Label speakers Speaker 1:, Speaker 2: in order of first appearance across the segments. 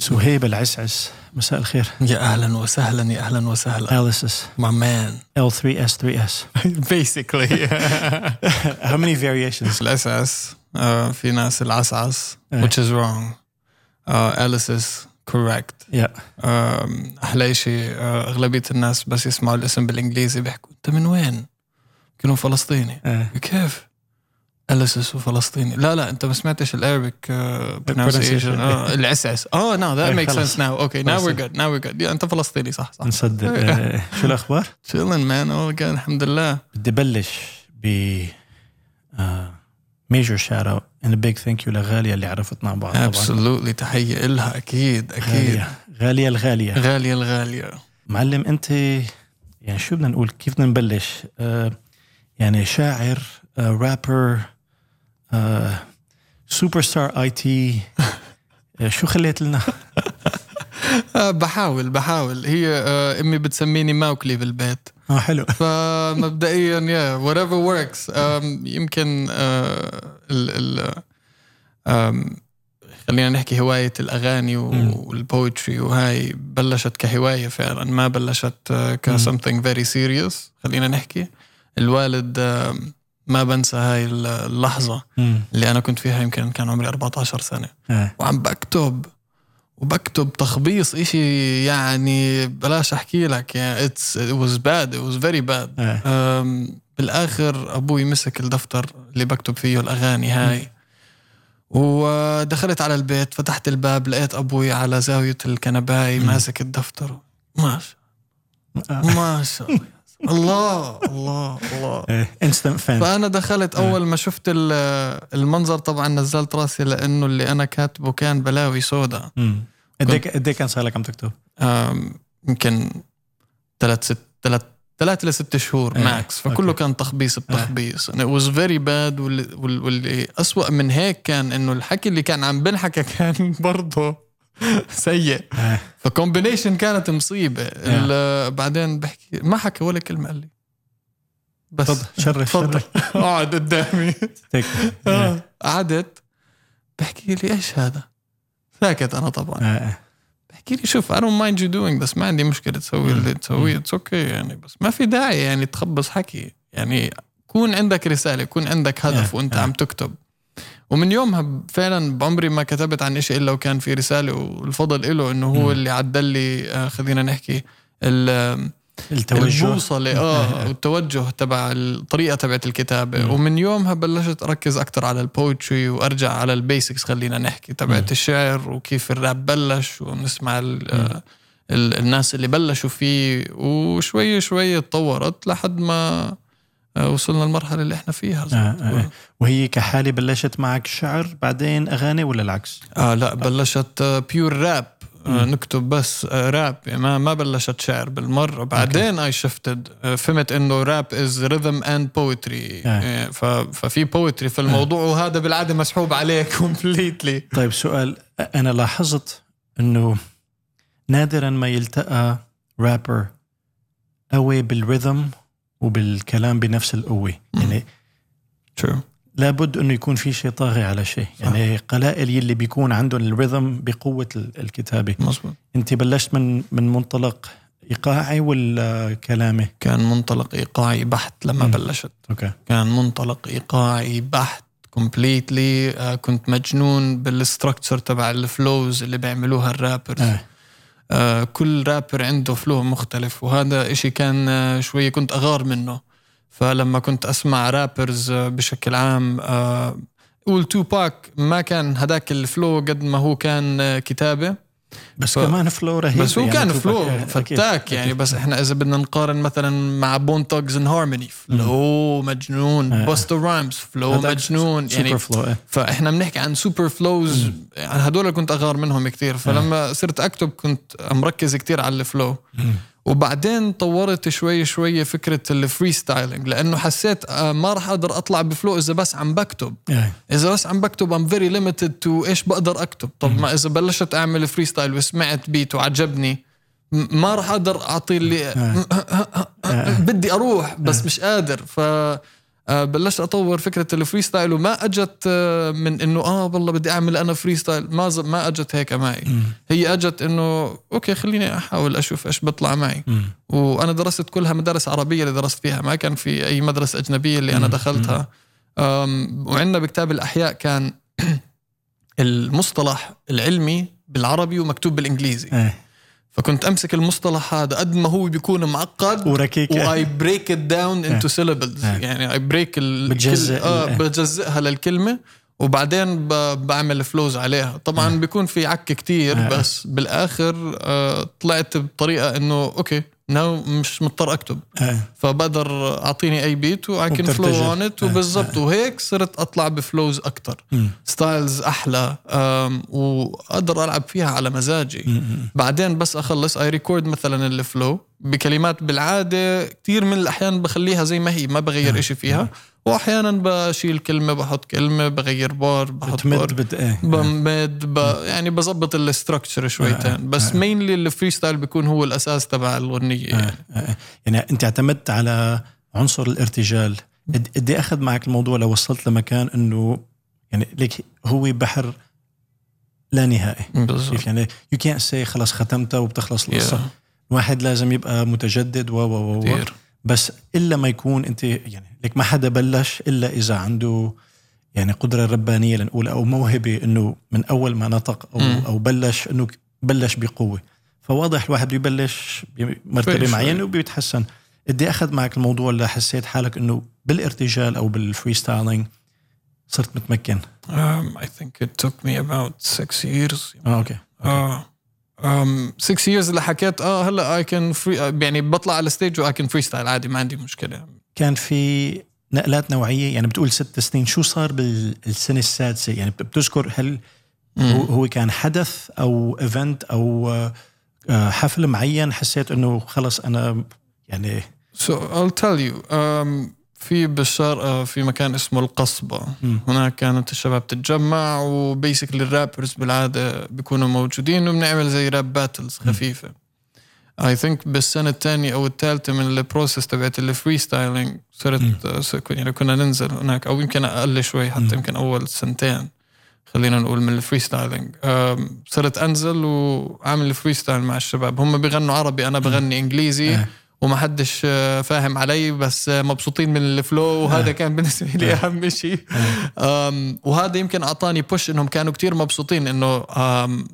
Speaker 1: سهيب العسعس مساء الخير
Speaker 2: يا اهلا وسهلا يا اهلا وسهلا
Speaker 1: Alice is
Speaker 2: my man
Speaker 1: L3S3S.
Speaker 2: basically
Speaker 1: How many variations?
Speaker 2: الاساس uh, في ناس العسعس
Speaker 1: إيه.
Speaker 2: which is wrong uh, Alice is correct
Speaker 1: Yeah.
Speaker 2: um, احلى شيء uh, اغلبيه الناس بس يسمعوا الاسم بالانجليزي بيحكوا انت من وين؟ كانوا فلسطيني
Speaker 1: Uh,
Speaker 2: كيف؟ ألسس وفلسطيني لا لا انت ما سمعتش الارابيك
Speaker 1: pronunciation.
Speaker 2: pronunciation آه، العسعس اه نو ذات
Speaker 1: إيه،
Speaker 2: ميك
Speaker 1: خلص.
Speaker 2: سنس ناو اوكي ناو وير
Speaker 1: خلص.
Speaker 2: جود ناو وير جود انت فلسطيني صح صح
Speaker 1: نصدق آه، شو الاخبار؟
Speaker 2: chilling man oh god الحمد لله
Speaker 1: بدي بلش ب uh, ميجر شات اوت اند بيج ثانك يو لغاليه اللي عرفتنا عن بعض طبعا
Speaker 2: ابسولوتلي تحيه إلها اكيد اكيد
Speaker 1: غاليه غاليه الغاليه
Speaker 2: غاليه الغاليه
Speaker 1: معلم انت يعني شو بدنا نقول كيف بدنا نبلش؟ آه، يعني شاعر uh, رابر سوبر ستار اي تي Uh, شو خليت لنا؟
Speaker 2: آه بحاول بحاول هي آه امي بتسميني ماوكلي بالبيت
Speaker 1: اه حلو
Speaker 2: فمبدئيا يا وات ايفر وركس يمكن آه ال ال آم، خلينا نحكي هوايه الاغاني
Speaker 1: مم.
Speaker 2: والبويتري وهاي بلشت كهوايه فعلا ما بلشت آه، كسمثينج فيري سيريوس خلينا نحكي الوالد آم، ما بنسى هاي اللحظه
Speaker 1: مم.
Speaker 2: اللي انا كنت فيها يمكن كان عمري 14 سنه
Speaker 1: آه.
Speaker 2: وعم بكتب وبكتب تخبيص اشي يعني بلاش احكي لك يعني اتس it was bad it was very bad
Speaker 1: آه.
Speaker 2: أم، بالاخر ابوي مسك الدفتر اللي بكتب فيه الاغاني هاي ودخلت على البيت فتحت الباب لقيت ابوي على زاويه الكنباي ماسك الدفتر ما شاء
Speaker 1: آه.
Speaker 2: ما شاء الله. الله الله الله
Speaker 1: انستنت فان
Speaker 2: فانا دخلت اول ما شفت ال- المنظر طبعا نزلت راسي لانه اللي انا كاتبه كان بلاوي سودا
Speaker 1: Mm. قد قد كان صار لك عم تكتب؟
Speaker 2: آم، يمكن ثلاث ست ثلاث ثلاث لست شهور
Speaker 1: إيه،
Speaker 2: ماكس فكله
Speaker 1: أوكي. إيه.
Speaker 2: كان تخبيص بتخبيص and it was very bad وال- وال- واللي أسوأ من هيك كان انه الحكي اللي كان عم بنحكى كان برضه سيء
Speaker 1: آه.
Speaker 2: فكومبينيشن كانت مصيبه
Speaker 1: إيه.
Speaker 2: ال- بعدين بحكي ما حكى ولا كلمه قال لي بس
Speaker 1: تفضل شرف
Speaker 2: تفضل
Speaker 1: شرف
Speaker 2: اقعد قدامي
Speaker 1: تك. آه.
Speaker 2: آه، قعدت بحكي لي ايش هذا ساكت انا طبعا
Speaker 1: آه.
Speaker 2: احكي لي شوف I don't mind you doing this ما عندي مشكلة تسوي اللي تسويه اتس اوكي يعني بس ما في داعي يعني تخبص حكي يعني كون عندك رسالة كون عندك هدف
Speaker 1: Yeah,
Speaker 2: وانت
Speaker 1: yeah.
Speaker 2: عم تكتب ومن يومها ب- فعلا بعمري ما كتبت عن شيء الا وكان في رسالة والفضل له انه هو
Speaker 1: مم.
Speaker 2: اللي عدل لي آه، خلينا نحكي ال-
Speaker 1: التوجه
Speaker 2: البوصلة اه والتوجه تبع الطريقة تبعت الكتابة
Speaker 1: مم.
Speaker 2: ومن يومها بلشت اركز اكثر على البويتري وارجع على البيسكس خلينا نحكي
Speaker 1: مم.
Speaker 2: تبعت الشعر وكيف الراب بلش ونسمع ال- آه،
Speaker 1: مم.
Speaker 2: ال- الناس اللي بلشوا فيه وشوي شوي اتطورت لحد ما آه، وصلنا للمرحلة اللي احنا فيها زي ما
Speaker 1: آه،
Speaker 2: بتقول.
Speaker 1: آه. وهي كحاله بلشت معك شعر بعدين اغاني ولا العكس؟
Speaker 2: اه لا بلشت آه، بيور راب
Speaker 1: مم.
Speaker 2: نكتب بس آه، راب ما ما بلشت شعر بالمره بعدين اي شفتد فهمت انه راب از ريذم اند بويتري
Speaker 1: آه.
Speaker 2: ففي بويتري في الموضوع وهذا بالعاده مسحوب عليه كومبليتلي
Speaker 1: طيب سؤال انا لاحظت انه نادرا ما يلتقى رابر قوي بالرhythm وبالكلام بنفس القوه يعني
Speaker 2: ترو
Speaker 1: لابد انه يكون في شيء طاغي على شيء يعني قلائل يلي بيكون عندهم الرhythm بقوه ال- الكتابه
Speaker 2: مزبوط
Speaker 1: انت بلشت من من منطلق ايقاعي ولا كلامي
Speaker 2: كان منطلق ايقاعي بحت لما
Speaker 1: مم.
Speaker 2: بلشت
Speaker 1: اوكي
Speaker 2: كان منطلق ايقاعي بحت كومبليتلي كنت مجنون بالستركتشر تبع الفلوز اللي بيعملوها الرابرز
Speaker 1: آه.
Speaker 2: آه، كل رابر عنده فلو مختلف وهذا إشي كان آه، شوية كنت أغار منه فلما كنت أسمع رابرز آه، بشكل عام آه، قول توباك ما كان هداك الفلو قد ما هو كان آه، كتابة
Speaker 1: بس
Speaker 2: ف-
Speaker 1: كمان فلو رهيب
Speaker 2: بس هو
Speaker 1: يعني
Speaker 2: كان
Speaker 1: توباك-
Speaker 2: فلو
Speaker 1: آه، أكيد.
Speaker 2: فتاك يعني
Speaker 1: أكيد.
Speaker 2: بس احنا اذا بدنا نقارن مثلا مع بون توجز ان هارموني فلو مجنون
Speaker 1: آه.
Speaker 2: بوستر رايمز فلو
Speaker 1: هذاك
Speaker 2: مجنون يعني
Speaker 1: سوبر فلو إيه.
Speaker 2: فاحنا بنحكي عن سوبر فلوز عن هدول كنت اغار منهم كثير فلما صرت اكتب كنت مركز كثير على الفلو وبعدين طورت شوي شوي فكره الفري ستايلينج لانه حسيت آه، ما راح اقدر اطلع بفلو اذا بس عم بكتب
Speaker 1: إيه.
Speaker 2: اذا بس عم بكتب ام فيري ليميتد تو ايش بقدر اكتب طب ما اذا بلشت اعمل فري ستايل وسمعت بيت وعجبني م- ما راح اقدر اعطي اللي بدي اروح بس مش قادر ف آه، بلشت اطور فكره الفري ستايل وما اجت آه، من انه اه والله بدي اعمل انا فري ستايل ما ز- ما اجت هيك معي
Speaker 1: مم.
Speaker 2: هي اجت انه اوكي خليني احاول اشوف ايش بيطلع معي
Speaker 1: مم.
Speaker 2: وانا درست كلها مدارس عربيه اللي درست فيها ما كان في اي مدرسه اجنبيه اللي انا
Speaker 1: مم.
Speaker 2: دخلتها أم، وعندنا بكتاب الاحياء كان المصطلح العلمي بالعربي ومكتوب بالانجليزي
Speaker 1: إيه.
Speaker 2: فكنت امسك المصطلح هذا قد ما هو بيكون معقد
Speaker 1: وركيك
Speaker 2: واي بريك ات داون
Speaker 1: إيه.
Speaker 2: انتو سيلبلز
Speaker 1: إيه.
Speaker 2: يعني اي بريك
Speaker 1: بتجزأ ال-
Speaker 2: اه
Speaker 1: إيه.
Speaker 2: بجزئها للكلمه وبعدين ب- بعمل فلوز عليها طبعا بيكون في عك
Speaker 1: إيه.
Speaker 2: كتير بس بالاخر آه، طلعت بطريقه انه اوكي ناو مش مضطر اكتب
Speaker 1: إيه.
Speaker 2: فبقدر اعطيني اي بيت واي كان
Speaker 1: وبترتجل.
Speaker 2: فلو اون ات
Speaker 1: إيه.
Speaker 2: وبالضبط وهيك صرت اطلع بفلوز اكتر
Speaker 1: مم.
Speaker 2: ستايلز احلى آم، واقدر العب فيها على مزاجي
Speaker 1: مم.
Speaker 2: بعدين بس اخلص اي ريكورد مثلا الفلو بكلمات بالعاده كثير من الاحيان بخليها زي ما هي ما بغير إشي فيها واحيانا بشيل كلمه بحط كلمه بغير بار بحط
Speaker 1: بتمد
Speaker 2: بار
Speaker 1: بت... إيه.
Speaker 2: بمد ب... يعني بظبط
Speaker 1: آه،
Speaker 2: الاستراكشر شويتين بس مينلي الفري ستايل بيكون هو الاساس تبع الاغنيه يعني.
Speaker 1: آه. يعني انت اعتمدت على عنصر الارتجال قد قد ايه اخذ معك الموضوع لو وصلت لمكان انه يعني ليك هو بحر لا نهائي
Speaker 2: بالضبط
Speaker 1: كيف يعني يو كانت سي خلص ختمتها وبتخلص القصه
Speaker 2: Yeah.
Speaker 1: الواحد لازم يبقى متجدد و و و- و
Speaker 2: كتير.
Speaker 1: بس الا ما يكون انت يعني لك ما حدا بلش الا اذا عنده يعني قدره ربانيه لنقول او موهبه انه من اول ما نطق او
Speaker 2: مم.
Speaker 1: او بلش انه بلش بقوه فواضح الواحد ببلش
Speaker 2: شوي
Speaker 1: بمرتبه
Speaker 2: شوي.
Speaker 1: معينه وبيتحسن قد ايه اخذ معك الموضوع اللي حسيت حالك انه بالارتجال او بالفري ستايلينج صرت متمكن
Speaker 2: Um, I think it took me about six years
Speaker 1: اه اوكي
Speaker 2: اه um, six years اللي حكيت اه هلا اي كان فري يعني بطلع على الستيج واي كان فري ستايل عادي ما عندي مشكله
Speaker 1: كان في نقلات نوعيه يعني بتقول ست سنين شو صار بالسنه السادسه يعني بتذكر هل هو هو كان حدث او ايفنت او آه، آه، حفل معين حسيت انه خلص انا يعني
Speaker 2: سو I'll tell you um, في بالشارقة في مكان اسمه القصبة
Speaker 1: مم.
Speaker 2: هناك كانت الشباب تتجمع وبيسكلي الرابرز بالعادة بيكونوا موجودين وبنعمل زي راب باتلز خفيفة اي ثينك بالسنة الثانية أو الثالثة من البروسيس تبعت الفري ستايلينج صرت آه، س- يعني كنا ننزل هناك أو يمكن أقل شوي
Speaker 1: مم.
Speaker 2: حتى يمكن أول سنتين خلينا نقول من الفري ستايلينج آم، صرت أنزل وأعمل فري ستايل مع الشباب هم بيغنوا عربي أنا بغني إنجليزي
Speaker 1: آه.
Speaker 2: وما حدش آه، فاهم علي بس آه، مبسوطين من الفلو وهذا كان بالنسبه لي اهم شيء آم، وهذا يمكن اعطاني بوش انهم كانوا كتير مبسوطين انه آم،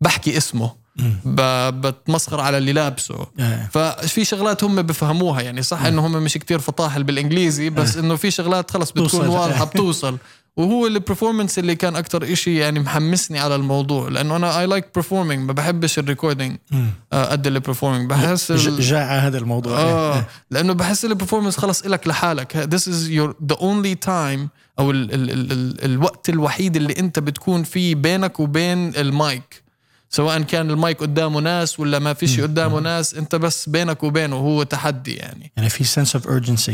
Speaker 2: بحكي اسمه ب- بتمسخر على اللي لابسه
Speaker 1: آه،
Speaker 2: ففي شغلات هم بفهموها يعني صح انه هم مش كتير فطاحل بالانجليزي بس انه في شغلات خلص بتكون
Speaker 1: بتوصل.
Speaker 2: واضحه بتوصل وهو البرفورمنس اللي كان اكتر إشي يعني محمسني على الموضوع لانه انا اي لايك performing ما بحبش الريكوردينج
Speaker 1: مم.
Speaker 2: قد البرفورمينج بحس ال-
Speaker 1: ج- جاء هذا الموضوع
Speaker 2: اه
Speaker 1: آه،
Speaker 2: لانه بحس البرفورمنس خلص الك لحالك this is your the only time او ال ال ال ال الوقت الوحيد اللي انت بتكون فيه بينك وبين المايك سواء كان المايك قدامه ناس ولا ما فيش قدامه ناس انت بس بينك وبينه هو تحدي يعني
Speaker 1: يعني في سنس اوف urgency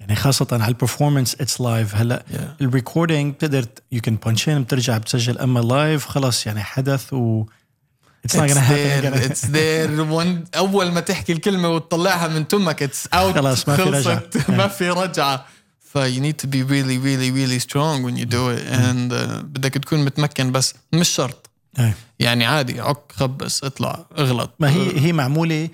Speaker 1: يعني خاصة على البرفورمانس اتس لايف هلا
Speaker 2: Yeah.
Speaker 1: الريكوردينج بتقدر يو كان بانشين بترجع بتسجل اما لايف خلص يعني حدث و اتس
Speaker 2: It's
Speaker 1: نوت
Speaker 2: there, it's there. One- اول ما تحكي الكلمه وتطلعها من تمك اتس اوت
Speaker 1: خلاص، ما في رجعة.
Speaker 2: ما في رجعه ف you need to be really really really strong when you do it and uh, بدك تكون متمكن بس مش شرط
Speaker 1: آه.
Speaker 2: يعني عادي عك خبص اطلع اغلط
Speaker 1: ما هي هي معمولة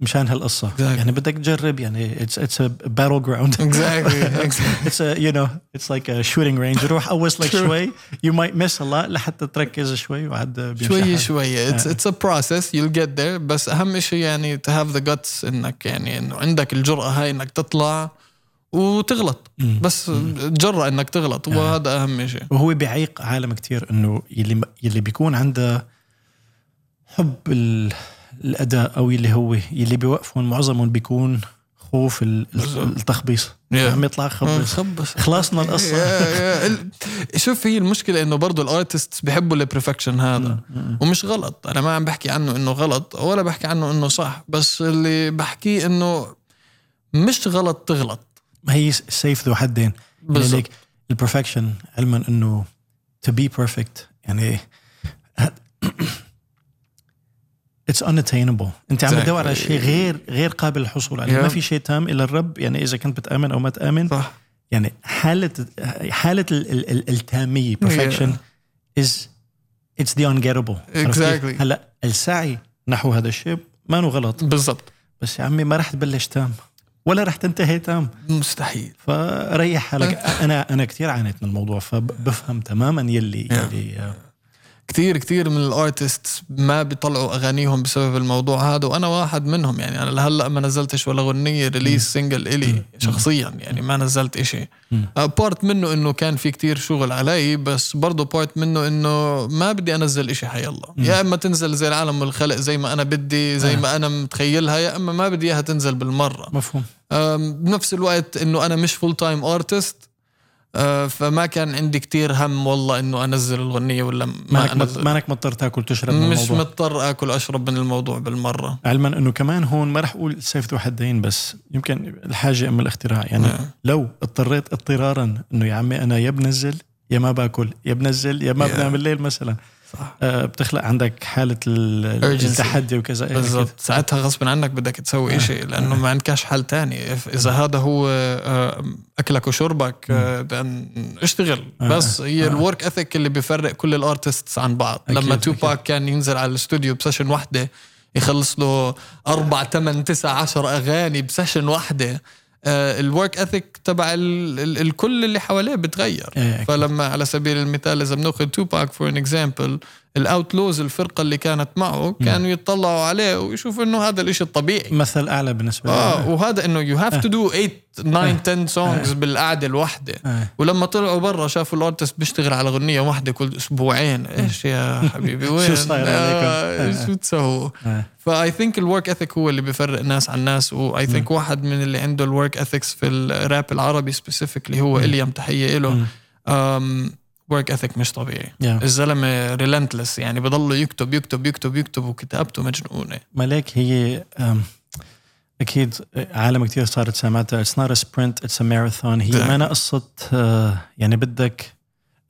Speaker 1: مشان هالقصة
Speaker 2: آه. Exactly.
Speaker 1: يعني بدك تجرب يعني اتس اتس باتل جراوند
Speaker 2: اكزاكتلي
Speaker 1: It's a you know it's like a shooting range روح قوص لك
Speaker 2: True.
Speaker 1: شوي you might miss a lot لحتى تركز شوي وعد بيمشي
Speaker 2: شوي
Speaker 1: حالك.
Speaker 2: شوي اتس اتس ا بروسيس يو جيت ذير بس اهم شيء يعني تو هاف ذا جاتس انك يعني انه عندك الجرأه هاي انك تطلع وتغلط بس تجرأ انك تغلط وهذا اهم شيء
Speaker 1: وهو بيعيق عالم كتير انه يلي يلي بيكون عنده حب ال... الاداء او يلي هو يلي بيوقفهم معظمهم بيكون خوف ال...
Speaker 2: بالضبط.
Speaker 1: التخبيص
Speaker 2: Yeah.
Speaker 1: عم يطلع خبص
Speaker 2: خبص
Speaker 1: خلصنا القصه
Speaker 2: يا- يا. ال- شوف هي المشكله انه برضه الارتست بيحبوا البرفكشن هذا ومش غلط انا ما عم بحكي عنه انه غلط ولا بحكي عنه انه صح بس اللي بحكيه انه مش غلط تغلط
Speaker 1: ما هي سيف ذو حدين
Speaker 2: بالضبط.
Speaker 1: لذلك البرفكشن يعني علما انه to be perfect يعني it's unattainable انت عم
Speaker 2: Exactly.
Speaker 1: تدور على شيء غير غير قابل للحصول عليه
Speaker 2: Yeah.
Speaker 1: ما في شيء تام الا الرب يعني اذا كنت بتامن او ما تامن
Speaker 2: صح
Speaker 1: يعني حاله حاله ال- ال- ال- التاميه perfection از اتس ذا ungettable عرفت كيف؟
Speaker 2: Exactly.
Speaker 1: هلا السعي نحو هذا الشيء ما هو غلط
Speaker 2: بالضبط
Speaker 1: بس يا عمي ما رح تبلش تام ولا رح تنتهي تام
Speaker 2: مستحيل
Speaker 1: فريح حالك
Speaker 2: أه.
Speaker 1: انا انا كثير عانيت من الموضوع فبفهم تماما يلي يلي آه،
Speaker 2: كتير كتير من الارتست ما بيطلعوا اغانيهم بسبب الموضوع هذا وانا واحد منهم يعني انا لهلا ما نزلتش ولا غنيه ريليز سنجل الي شخصيا يعني ما نزلت إشي بارت منه انه كان في كتير شغل علي بس برضه بارت منه انه ما بدي انزل إشي حيالله يا اما تنزل زي العالم والخلق زي ما انا بدي زي ما انا متخيلها يا اما ما بدي اياها تنزل بالمره
Speaker 1: مفهوم
Speaker 2: أم، بنفس الوقت انه انا مش فول تايم ارتست فما كان عندي كتير هم والله انه انزل الغنيه ولا ما
Speaker 1: مانك مط-
Speaker 2: انزل
Speaker 1: مانك مضطر تاكل تشرب من
Speaker 2: مش
Speaker 1: الموضوع
Speaker 2: مضطر اكل اشرب من الموضوع بالمره
Speaker 1: علما انه كمان هون ما رح اقول سيف ذو حدين بس يمكن الحاجه ام الاختراع يعني
Speaker 2: نعم.
Speaker 1: لو اضطريت اضطرارا انه يا عمي انا يا بنزل يا ما باكل يا بنزل يا ما
Speaker 2: Yeah.
Speaker 1: بنام الليل مثلا
Speaker 2: صح
Speaker 1: آه، بتخلق عندك حاله ال-
Speaker 2: Urgency.
Speaker 1: التحدي وكذا إيه أكيد.
Speaker 2: بالضبط ساعتها غصب عنك بدك
Speaker 1: آه.
Speaker 2: تسوي إشي لانه ما عندكش حل تاني إف- اذا هذا هو آه، اكلك وشربك آه، بدنا اشتغل
Speaker 1: آه،
Speaker 2: بس هي
Speaker 1: آه.
Speaker 2: الورك اثيك اللي بيفرق كل الارتستس عن بعض
Speaker 1: أكيد،
Speaker 2: لما
Speaker 1: أكيد.
Speaker 2: توباك كان ينزل على الاستوديو بسيشن وحده يخلص له أربع ثمان تسع عشر أغاني بسيشن وحدة الورك اثيك تبع ال- ال- الكل اللي حواليه بتغير
Speaker 1: إيه، أكيد.
Speaker 2: فلما على سبيل المثال اذا بناخذ توباك فور ان اكزامبل الاوتلوز الفرقه اللي كانت معه كانوا يطلعوا عليه ويشوفوا انه هذا الاشي الطبيعي
Speaker 1: مثل اعلى بالنسبه
Speaker 2: اه
Speaker 1: لي
Speaker 2: وهذا انه يو هاف تو دو 8 9 10 سونجز بالقعده الواحده
Speaker 1: آه.
Speaker 2: ولما طلعوا برا شافوا الارتست بيشتغل على اغنيه واحده كل اسبوعين ايش يا حبيبي وين
Speaker 1: صاير
Speaker 2: آه،
Speaker 1: عليكم؟
Speaker 2: شو تسووا
Speaker 1: آه.
Speaker 2: فاي ثينك الورك اثيك هو اللي بيفرق ناس عن ناس واي ثينك واحد من اللي عنده الورك اثيكس في الراب العربي سبيسيفيكلي هو اليام تحيه له ورك اثيك مش طبيعي
Speaker 1: Yeah.
Speaker 2: الزلمه ريلنتلس يعني بضله يكتب يكتب يكتب يكتب وكتابته مجنونه
Speaker 1: ملاك هي أم، اكيد عالم كثير صارت سمعتها اتس نوت سبرنت اتس ماراثون هي
Speaker 2: Exactly.
Speaker 1: ما أنا قصه آه، يعني بدك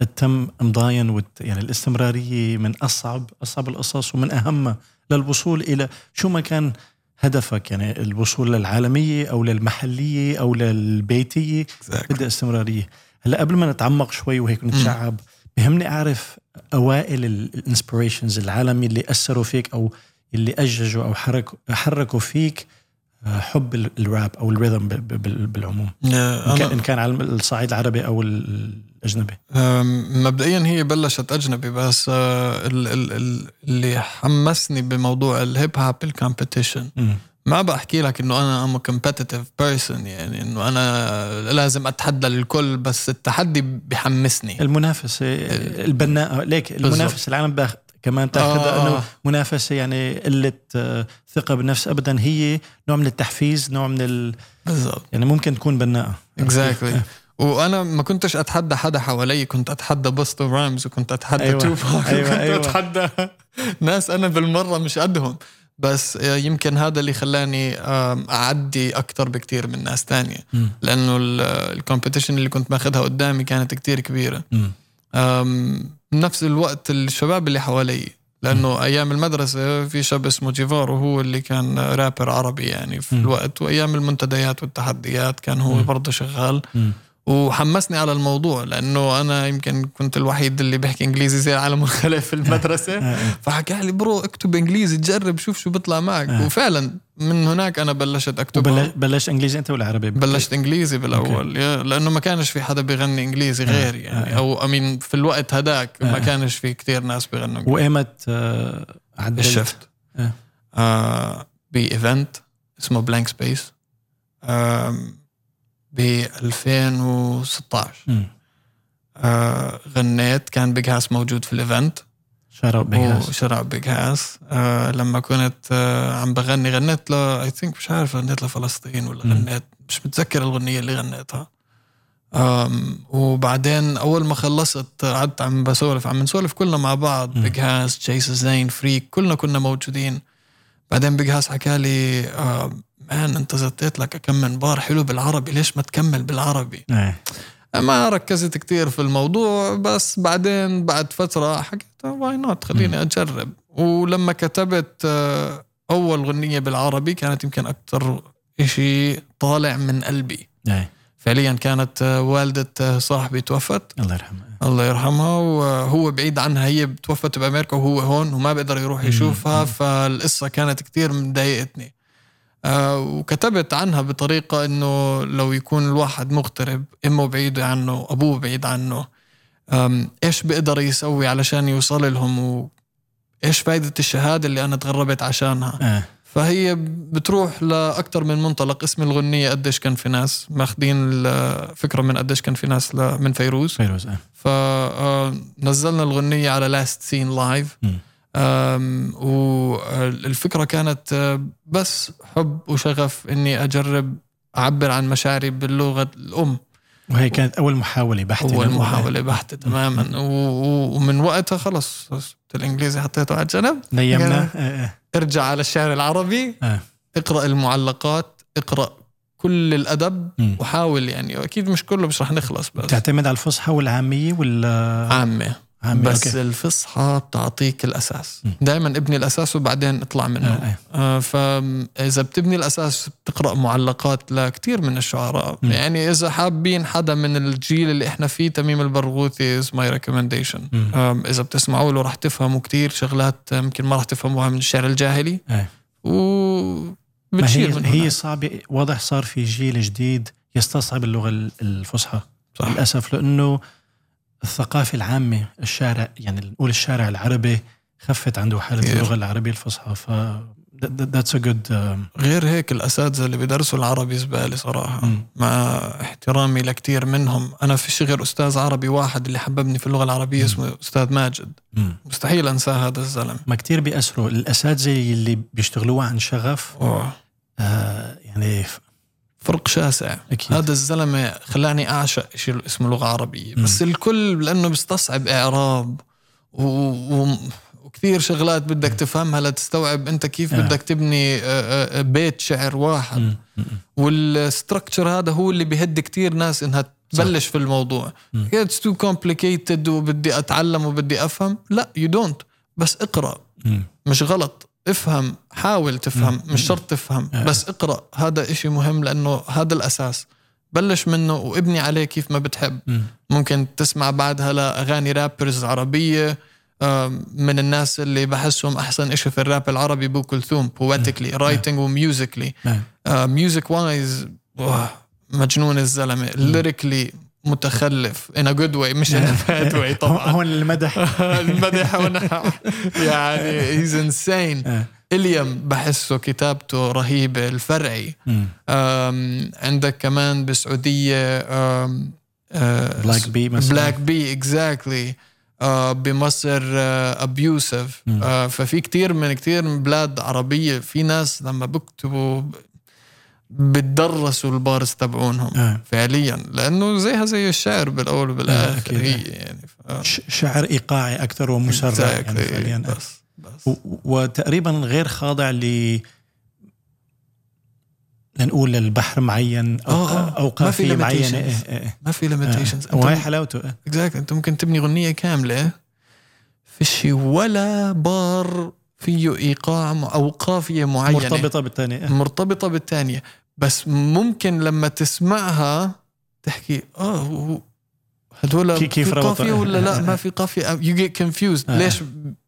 Speaker 1: تتم مضاين وت يعني الاستمراريه من اصعب اصعب القصص ومن اهمها للوصول الى شو ما كان هدفك يعني الوصول للعالميه او للمحليه او للبيتيه بدها استمراريه هلا قبل ما نتعمق شوي وهيك نتشعب بهمني اعرف اوائل الانسبريشنز العالم اللي اثروا فيك او اللي اججوا او حركوا حركوا فيك آه، حب ال- الراب او الريذم ب- ب- بال- بالعموم إن كان-
Speaker 2: أنا-
Speaker 1: ان كان على الصعيد العربي او ال- الاجنبي
Speaker 2: أم، مبدئيا هي بلشت اجنبي بس آه، ال- ال- ال- اللي حمسني بموضوع الهيب هاب الكومبيتيشن
Speaker 1: مم.
Speaker 2: ما بحكي لك انه انا ام كومبتيتيف بيرسون يعني انه انا لازم اتحدى الكل بس التحدي بحمسني
Speaker 1: المنافسه البناءه ليك المنافسه العالم باخ كمان تاخذها
Speaker 2: آه، آه، آه.
Speaker 1: انه منافسه يعني قله آه، ثقه بالنفس ابدا هي نوع من التحفيز نوع من ال...
Speaker 2: بالضبط
Speaker 1: يعني ممكن تكون بناءه
Speaker 2: اكزاكتلي وانا ما كنتش اتحدى حدا حوالي كنت اتحدى بوستو رايمز وكنت اتحدى
Speaker 1: أيوة.
Speaker 2: أيوة. توباك
Speaker 1: أيوة،
Speaker 2: أيوة. وكنت
Speaker 1: أيوة.
Speaker 2: أيوة. اتحدى ناس انا بالمره مش قدهم بس آه، يمكن هذا اللي خلاني آم، اعدي اكثر بكتير من ناس تانية
Speaker 1: مم.
Speaker 2: لانه الكومبيتيشن اللي كنت ماخذها قدامي كانت كتير كبيره
Speaker 1: مم.
Speaker 2: أم، بنفس الوقت الشباب اللي حوالي لانه ايام المدرسه في شاب اسمه جيفارو هو اللي كان رابر عربي يعني في
Speaker 1: مم.
Speaker 2: الوقت وايام المنتديات والتحديات كان هو برضه شغال
Speaker 1: مم.
Speaker 2: وحمسني على الموضوع لانه انا يمكن كنت الوحيد اللي بحكي انجليزي زي العالم الخلق في المدرسه فحكى لي برو اكتب انجليزي جرب شوف شو بيطلع معك وفعلا من هناك انا بلشت اكتب
Speaker 1: وبلش بلشت انجليزي انت ولا عربي؟
Speaker 2: بلشت انجليزي بالاول يا- لانه ما كانش في حدا بيغني انجليزي غيري يعني او امين في الوقت هداك ما كانش في كتير ناس بيغنوا انجليزي
Speaker 1: وايمت آه، عدلت
Speaker 2: الشفت
Speaker 1: آه.
Speaker 2: آه، بايفنت اسمه آه، بلانك سبيس ب 2016
Speaker 1: مم.
Speaker 2: آه، غنيت كان بيج هاس موجود في الايفنت
Speaker 1: شارع بيغاز
Speaker 2: وشارع بيج هاس آه لما كنت آه عم بغني غنيت ل اي ثينك مش عارف غنيت لفلسطين ولا
Speaker 1: مم.
Speaker 2: غنيت مش متذكر الغنيه اللي غنيتها آم وبعدين اول ما خلصت آه، قعدت عم بسولف عم نسولف كلنا مع بعض
Speaker 1: مم.
Speaker 2: بيج هاس جيس زين فريك كلنا كنا موجودين بعدين بيج هاس حكى لي آه مان انت زتيت لك كم من بار حلو بالعربي ليش ما تكمل بالعربي
Speaker 1: ايه
Speaker 2: ما ركزت كتير في الموضوع بس بعدين بعد فترة حكيت واي نوت خليني أجرب ولما كتبت آه، أول غنية بالعربي كانت يمكن أكتر إشي طالع من قلبي
Speaker 1: ايه
Speaker 2: فعليا كانت آه، والدة آه، صاحبي توفت
Speaker 1: الله يرحمه
Speaker 2: الله يرحمها وهو بعيد عنها هي توفت بامريكا وهو هون وما بقدر يروح يشوفها فالقصه كانت كتير مضايقتني آه، وكتبت عنها بطريقه انه لو يكون الواحد مغترب امه بعيده عنه ابوه بعيد عنه آم، ايش بيقدر يسوي علشان يوصل لهم وايش فائده الشهاده اللي انا تغربت عشانها
Speaker 1: آه.
Speaker 2: فهي بتروح لاكثر من منطلق اسم الغنيه قديش كان في ناس ماخذين الفكره من قديش كان في ناس ل- من فيروز
Speaker 1: فيروز آه.
Speaker 2: فنزلنا الغنية على لاست سين لايف
Speaker 1: مم.
Speaker 2: والفكرة آه، كانت آه، بس حب وشغف إني أجرب أعبر عن مشاعري باللغة الأم
Speaker 1: وهي كانت اول محاوله بحته
Speaker 2: هو
Speaker 1: للغة.
Speaker 2: المحاولة بحتة تماما و- و- ومن وقتها خلص الإنجليزي حطيته على جنب
Speaker 1: نيمنا آه، آه.
Speaker 2: ارجع على الشعر العربي
Speaker 1: آه.
Speaker 2: اقرأ المعلقات اقرأ كل الأدب
Speaker 1: مم.
Speaker 2: وحاول يعني أكيد مش كله مش رح نخلص بس
Speaker 1: آه. تعتمد على الفصحى والعاميه ولا
Speaker 2: عامة
Speaker 1: عامة،
Speaker 2: بس
Speaker 1: أوكي.
Speaker 2: أوكي. الفصحى بتعطيك الاساس
Speaker 1: م.
Speaker 2: دائما ابني الاساس وبعدين اطلع منه
Speaker 1: آه،
Speaker 2: آه.
Speaker 1: آه.
Speaker 2: آه فاذا بتبني الاساس بتقرا معلقات لكثير من الشعراء
Speaker 1: م.
Speaker 2: م. يعني اذا حابين حدا من الجيل اللي احنا فيه تميم البرغوثي از ماي ريكومنديشن
Speaker 1: م.
Speaker 2: اذا بتسمعوا له راح تفهموا كثير شغلات آه، يمكن ما راح تفهموها من الشعر الجاهلي
Speaker 1: آه.
Speaker 2: و
Speaker 1: ما
Speaker 2: بتشيل من
Speaker 1: هي
Speaker 2: هي
Speaker 1: هي صعبه واضح صار في جيل جديد يستصعب اللغه ال- الفصحى
Speaker 2: صح.
Speaker 1: للاسف لانه الثقافه العامه الشارع يعني نقول الشارع العربي خفت عنده حاله
Speaker 2: كتير.
Speaker 1: اللغه العربيه الفصحى ف ذاتس ا جود
Speaker 2: غير هيك الاساتذه اللي بدرسوا العربي زباله صراحه مع احترامي لكتير منهم انا فيش غير استاذ عربي واحد اللي حببني في اللغه العربيه اسمه استاذ ماجد مستحيل انسى هذا الزلمه
Speaker 1: ما كتير بيأثروا الأساتذة اللي بيشتغلوها عن شغف
Speaker 2: أوه.
Speaker 1: آه يعني ف-
Speaker 2: فرق شاسع
Speaker 1: أكيد.
Speaker 2: هذا الزلمه خلاني اعشق شيء اسمه لغه عربيه بس الكل لانه بيستصعب اعراب و... و... وكثير شغلات بدك تفهمها لتستوعب انت كيف
Speaker 1: آه.
Speaker 2: بدك تبني آه، آه، آه، بيت شعر واحد
Speaker 1: مم. مم.
Speaker 2: والستركتشر هذا هو اللي بيهد كتير ناس انها تبلش في الموضوع
Speaker 1: مم.
Speaker 2: اتس تو كومبليكيتد وبدي اتعلم وبدي افهم لا يو دونت بس اقرا
Speaker 1: مم.
Speaker 2: مش غلط افهم حاول تفهم
Speaker 1: مم.
Speaker 2: مش شرط تفهم
Speaker 1: آه.
Speaker 2: بس اقرا هذا إشي مهم لانه هذا الاساس بلش منه وابني عليه كيف ما بتحب
Speaker 1: مم.
Speaker 2: ممكن تسمع بعدها لاغاني رابرز عربيه آم، من الناس اللي بحسهم احسن إشي في الراب العربي ابو كلثوم بويتيكلي رايتنج وميوزيكلي
Speaker 1: آه.
Speaker 2: ميوزك وايز Uh, مجنون الزلمه ليريكلي متخلف ان جود واي مش ان باد واي طبعا
Speaker 1: هون المدح
Speaker 2: المدح ونحو يعني هيز انسين
Speaker 1: آه.
Speaker 2: اليم بحسه كتابته رهيبه الفرعي
Speaker 1: مم.
Speaker 2: أم، عندك كمان um, بالسعوديه أم، أه،
Speaker 1: بلاك بي مثلا
Speaker 2: بلاك بي اكزاكتلي آه، بمصر ابيوسف
Speaker 1: مم.
Speaker 2: ففي كتير من كتير من بلاد عربيه في ناس لما بكتبوا ب- بتدرسوا البارز تبعونهم
Speaker 1: آه.
Speaker 2: فعليا لانه زيها زي الشعر بالاول وبالاخر
Speaker 1: أكيد.
Speaker 2: هي يعني ف...
Speaker 1: ش- شعر ايقاعي اكثر ومسرع يعني
Speaker 2: Exactly.
Speaker 1: فعليا آه.
Speaker 2: بس بس
Speaker 1: و- وتقريبا غير خاضع ل لنقول للبحر معين او
Speaker 2: آه، آه.
Speaker 1: او
Speaker 2: ما في
Speaker 1: قافيه معينه آه،
Speaker 2: limitations.
Speaker 1: آه،
Speaker 2: ما في
Speaker 1: آه.
Speaker 2: ليميتيشنز
Speaker 1: وهي حلاوته آه.
Speaker 2: اكزاكت انت ممكن تبني اغنيه كامله فيش ولا بار فيه ايقاع م- او قافيه معينه
Speaker 1: مرتبطه بالثانيه آه.
Speaker 2: مرتبطه بالثانيه بس ممكن لما تسمعها تحكي اه هو- هدول
Speaker 1: كي- كيف
Speaker 2: في
Speaker 1: ربطوا؟
Speaker 2: قافيه ولا لا ما في قافيه يو جيت كونفيوزد
Speaker 1: آه.
Speaker 2: ليش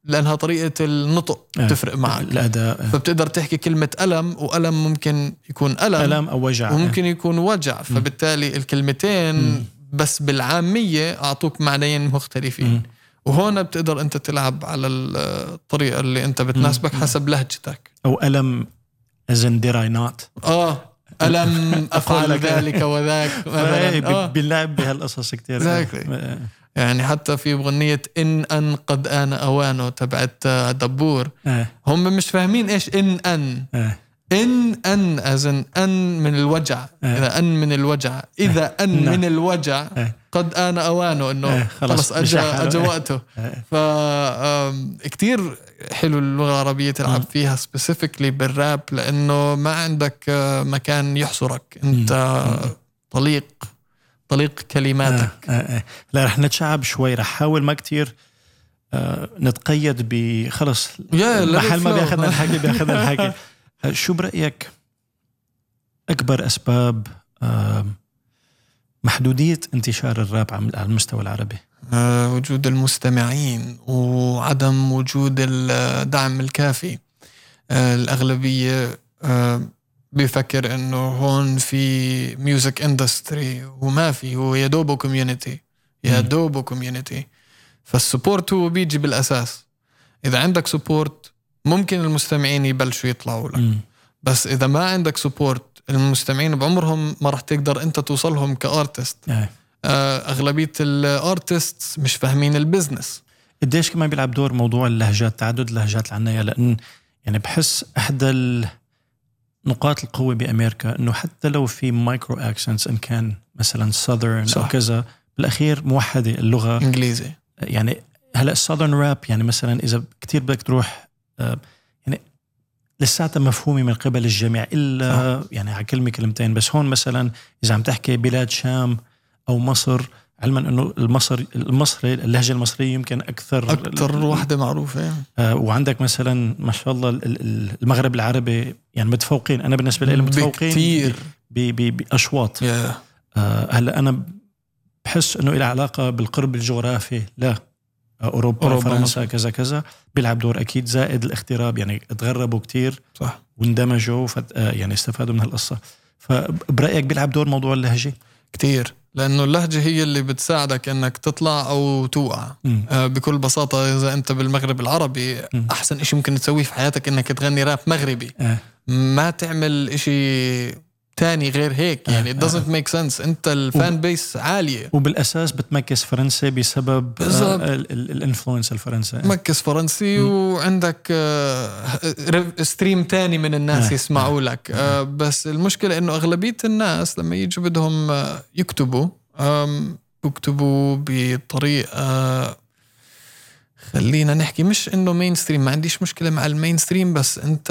Speaker 2: لانها طريقه النطق
Speaker 1: آه.
Speaker 2: بتفرق معك
Speaker 1: الاداء آه.
Speaker 2: فبتقدر تحكي كلمه الم والم ممكن يكون الم
Speaker 1: الم او وجع آه.
Speaker 2: وممكن يكون وجع فبالتالي الكلمتين
Speaker 1: مم.
Speaker 2: بس بالعامية أعطوك معنيين
Speaker 1: مم.
Speaker 2: مختلفين وهون بتقدر أنت تلعب على الطريقة اللي أنت بتناسبك حسب لهجتك
Speaker 1: او الم ازن دير اي نوت
Speaker 2: آه ألم أفعل
Speaker 1: لك. طيب.
Speaker 2: ذلك وذاك مثلا آه
Speaker 1: إيه، بنلعب بهالقصص آه، كثير
Speaker 2: Exactly. يعني حتى في أغنية إن أن قد آن أوانه تبعت آه، دبور هم مش فاهمين إيش إن أن
Speaker 1: آه،
Speaker 2: ان ان ازن ان من الوجع
Speaker 1: إيه.
Speaker 2: اذا ان من الوجع اذا ان
Speaker 1: نعم.
Speaker 2: من الوجع
Speaker 1: إيه.
Speaker 2: قد ان اوانه
Speaker 1: إيه،
Speaker 2: انه
Speaker 1: خلاص،
Speaker 2: خلص اجى
Speaker 1: مشى حاله.
Speaker 2: اجى
Speaker 1: إيه.
Speaker 2: وقته ف آم، كتير حلو اللغه العربيه تلعب فيها سبيسيفيكلي بالراب لانه ما عندك آه، مكان يحصرك انت طليق طليق
Speaker 1: آه.
Speaker 2: كلماتك
Speaker 1: لا رح نتشعب شوي رح حاول ما كثير نتقيد بخلص
Speaker 2: يا آه، لا
Speaker 1: محل ما
Speaker 2: flow.
Speaker 1: بياخذنا الحكي بياخذنا الحكي آه، شو برايك اكبر اسباب آم، محدوديه انتشار الراب على المستوى العربي
Speaker 2: آه، وجود المستمعين وعدم وجود الدعم الكافي آه، الأغلبية آه، بيفكر انه هون في ميوزك اندستري وما في هو يا دوبه كوميونيتي يا
Speaker 1: مم.
Speaker 2: دوبه كوميونيتي فالسبورت هو بيجي بالاساس اذا عندك سبورت ممكن المستمعين يبلشوا يطلعوا لك
Speaker 1: مم.
Speaker 2: بس اذا ما عندك سبورت المستمعين بعمرهم ما راح تقدر انت توصلهم كارتست
Speaker 1: إيه.
Speaker 2: آه، اغلبيه الارتست مش فاهمين البزنس
Speaker 1: قديش كمان بيلعب دور موضوع اللهجات تعدد اللهجات العناية لأن يعني بحس إحدى ال- نقاط القوة بأمريكا إنه حتى لو في مايكرو أكسنتس إن كان مثلا ساذرن أو
Speaker 2: صح.
Speaker 1: كذا بالأخير موحدة اللغة
Speaker 2: انجليزي
Speaker 1: يعني هلا الساذرن راب يعني مثلا إذا كتير بدك تروح آه، يعني لساتها مفهومة من قبل الجميع إلا يعني على كلمة كلمتين بس هون مثلا إذا عم تحكي بلاد شام أو مصر علما انه المصري المصري اللهجه المصريه يمكن اكثر
Speaker 2: اكثر وحده معروفه يعني.
Speaker 1: آه، وعندك مثلا ما شاء الله ال- ال- المغرب العربي يعني متفوقين انا بالنسبه لي متفوقين
Speaker 2: بكتير
Speaker 1: ب- ب- باشواط
Speaker 2: يا.
Speaker 1: آه، هلا انا بحس انه إلها علاقه بالقرب الجغرافي لا آه، اوروبا,
Speaker 2: أوروبا،
Speaker 1: أوروبا فرنسا كذا كذا بيلعب دور اكيد زائد الاغتراب يعني تغربوا كتير
Speaker 2: صح
Speaker 1: واندمجوا فت... آه، يعني استفادوا من هالقصه فبرايك بيلعب دور موضوع اللهجه
Speaker 2: كثير لانه اللهجه هي اللي بتساعدك انك تطلع او توقع
Speaker 1: مم.
Speaker 2: آه، بكل بساطه اذا انت بالمغرب العربي
Speaker 1: مم.
Speaker 2: احسن شيء ممكن تسويه في حياتك انك تغني راب مغربي
Speaker 1: آه.
Speaker 2: ما تعمل شيء تاني غير هيك يعني it doesn't make sense انت الفان بيس عاليه
Speaker 1: وبالاساس بتمكس فرنسا بسبب آه،
Speaker 2: بالظبط.
Speaker 1: الانفلونس الفرنسي
Speaker 2: مركز فرنسي وعندك آه، ستريم تاني من الناس
Speaker 1: آه.
Speaker 2: يسمعوا لك آه، بس المشكلة انه اغلبية الناس لما يجوا بدهم آه، يكتبوا آم، بكتبوا بطريقة خلينا نحكي مش انه مين ستريم ما عنديش مشكلة مع المين ستريم بس انت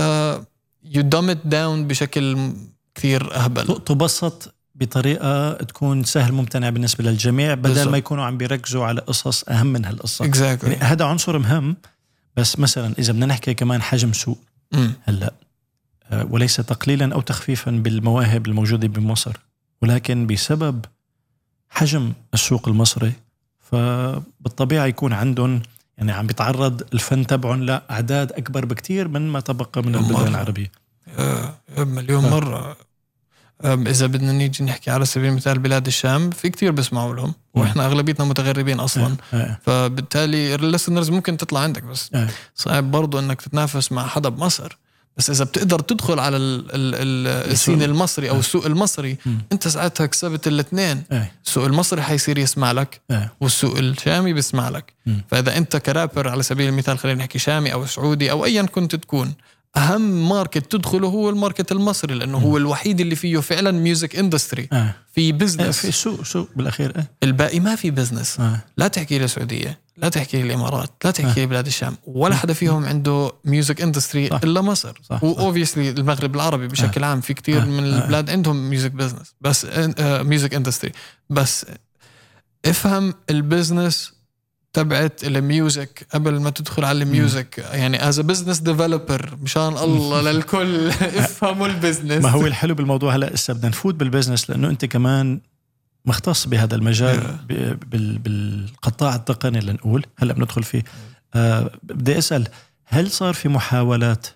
Speaker 2: يو دامت داون بشكل كثير
Speaker 1: ت-
Speaker 2: اهبل
Speaker 1: تبسط بطريقه تكون سهل ممتنع بالنسبه للجميع بدل
Speaker 2: بالضبط.
Speaker 1: ما يكونوا عم بيركزوا على قصص اهم من هالقصه يعني
Speaker 2: اكزاكتلي
Speaker 1: هذا عنصر مهم بس مثلا اذا بدنا نحكي كمان حجم سوق هلا آه، وليس تقليلا او تخفيفا بالمواهب الموجوده بمصر ولكن بسبب حجم السوق المصري فبالطبيعه يكون عندهم يعني عم بيتعرض الفن تبعهم لاعداد اكبر بكتير من ما تبقى من البلدان
Speaker 2: مرة.
Speaker 1: العربيه
Speaker 2: مليون
Speaker 1: آه.
Speaker 2: مرة أم، إذا بدنا نيجي نحكي على سبيل المثال بلاد الشام في كتير بيسمعوا لهم
Speaker 1: مم.
Speaker 2: وإحنا أغلبيتنا متغربين أصلا
Speaker 1: آه، آه،
Speaker 2: فبالتالي الليسنرز ممكن تطلع عندك بس
Speaker 1: آه.
Speaker 2: صعب برضو إنك تتنافس مع حدا بمصر بس إذا بتقدر تدخل على ال- ال- ال- السين المصري أو السوق المصري
Speaker 1: آه. مم.
Speaker 2: أنت ساعتها كسبت الاثنين
Speaker 1: آه،
Speaker 2: السوق المصري حيصير يسمع لك
Speaker 1: آه.
Speaker 2: والسوق الشامي بيسمع لك
Speaker 1: مم.
Speaker 2: فاذا انت كرابر على سبيل المثال خلينا نحكي شامي او سعودي او ايا كنت تكون اهم ماركت تدخله هو الماركت المصري لانه هو الوحيد اللي فيه فعلا ميوزك اندستري
Speaker 1: آه.
Speaker 2: في
Speaker 1: إيه،
Speaker 2: بزنس
Speaker 1: في سوق سوق بالاخير ايه
Speaker 2: الباقي ما في بزنس
Speaker 1: آه.
Speaker 2: لا تحكي لي السعوديه لا تحكي لي الامارات لا تحكي لي بلاد الشام ولا حدا فيهم عنده ميوزك اندستري
Speaker 1: صح.
Speaker 2: الا مصر
Speaker 1: صح، صح.
Speaker 2: واوبسلي المغرب العربي بشكل عام في
Speaker 1: آه،
Speaker 2: كتير من
Speaker 1: آه.
Speaker 2: البلاد عندهم ميوزك بزنس بس آه، ميوزك اندستري بس افهم البزنس تبعت الميوزك قبل ما تدخل على الميوزك يعني از بزنس ديفلوبر مشان الله للكل افهموا البزنس
Speaker 1: ما هو الحلو بالموضوع هلا هسه بدنا نفوت بالبزنس لانه انت كمان مختص بهذا المجال ب- بال- بالقطاع التقني اللي نقول هلا بندخل فيه آه بدي اسال هل صار في محاولات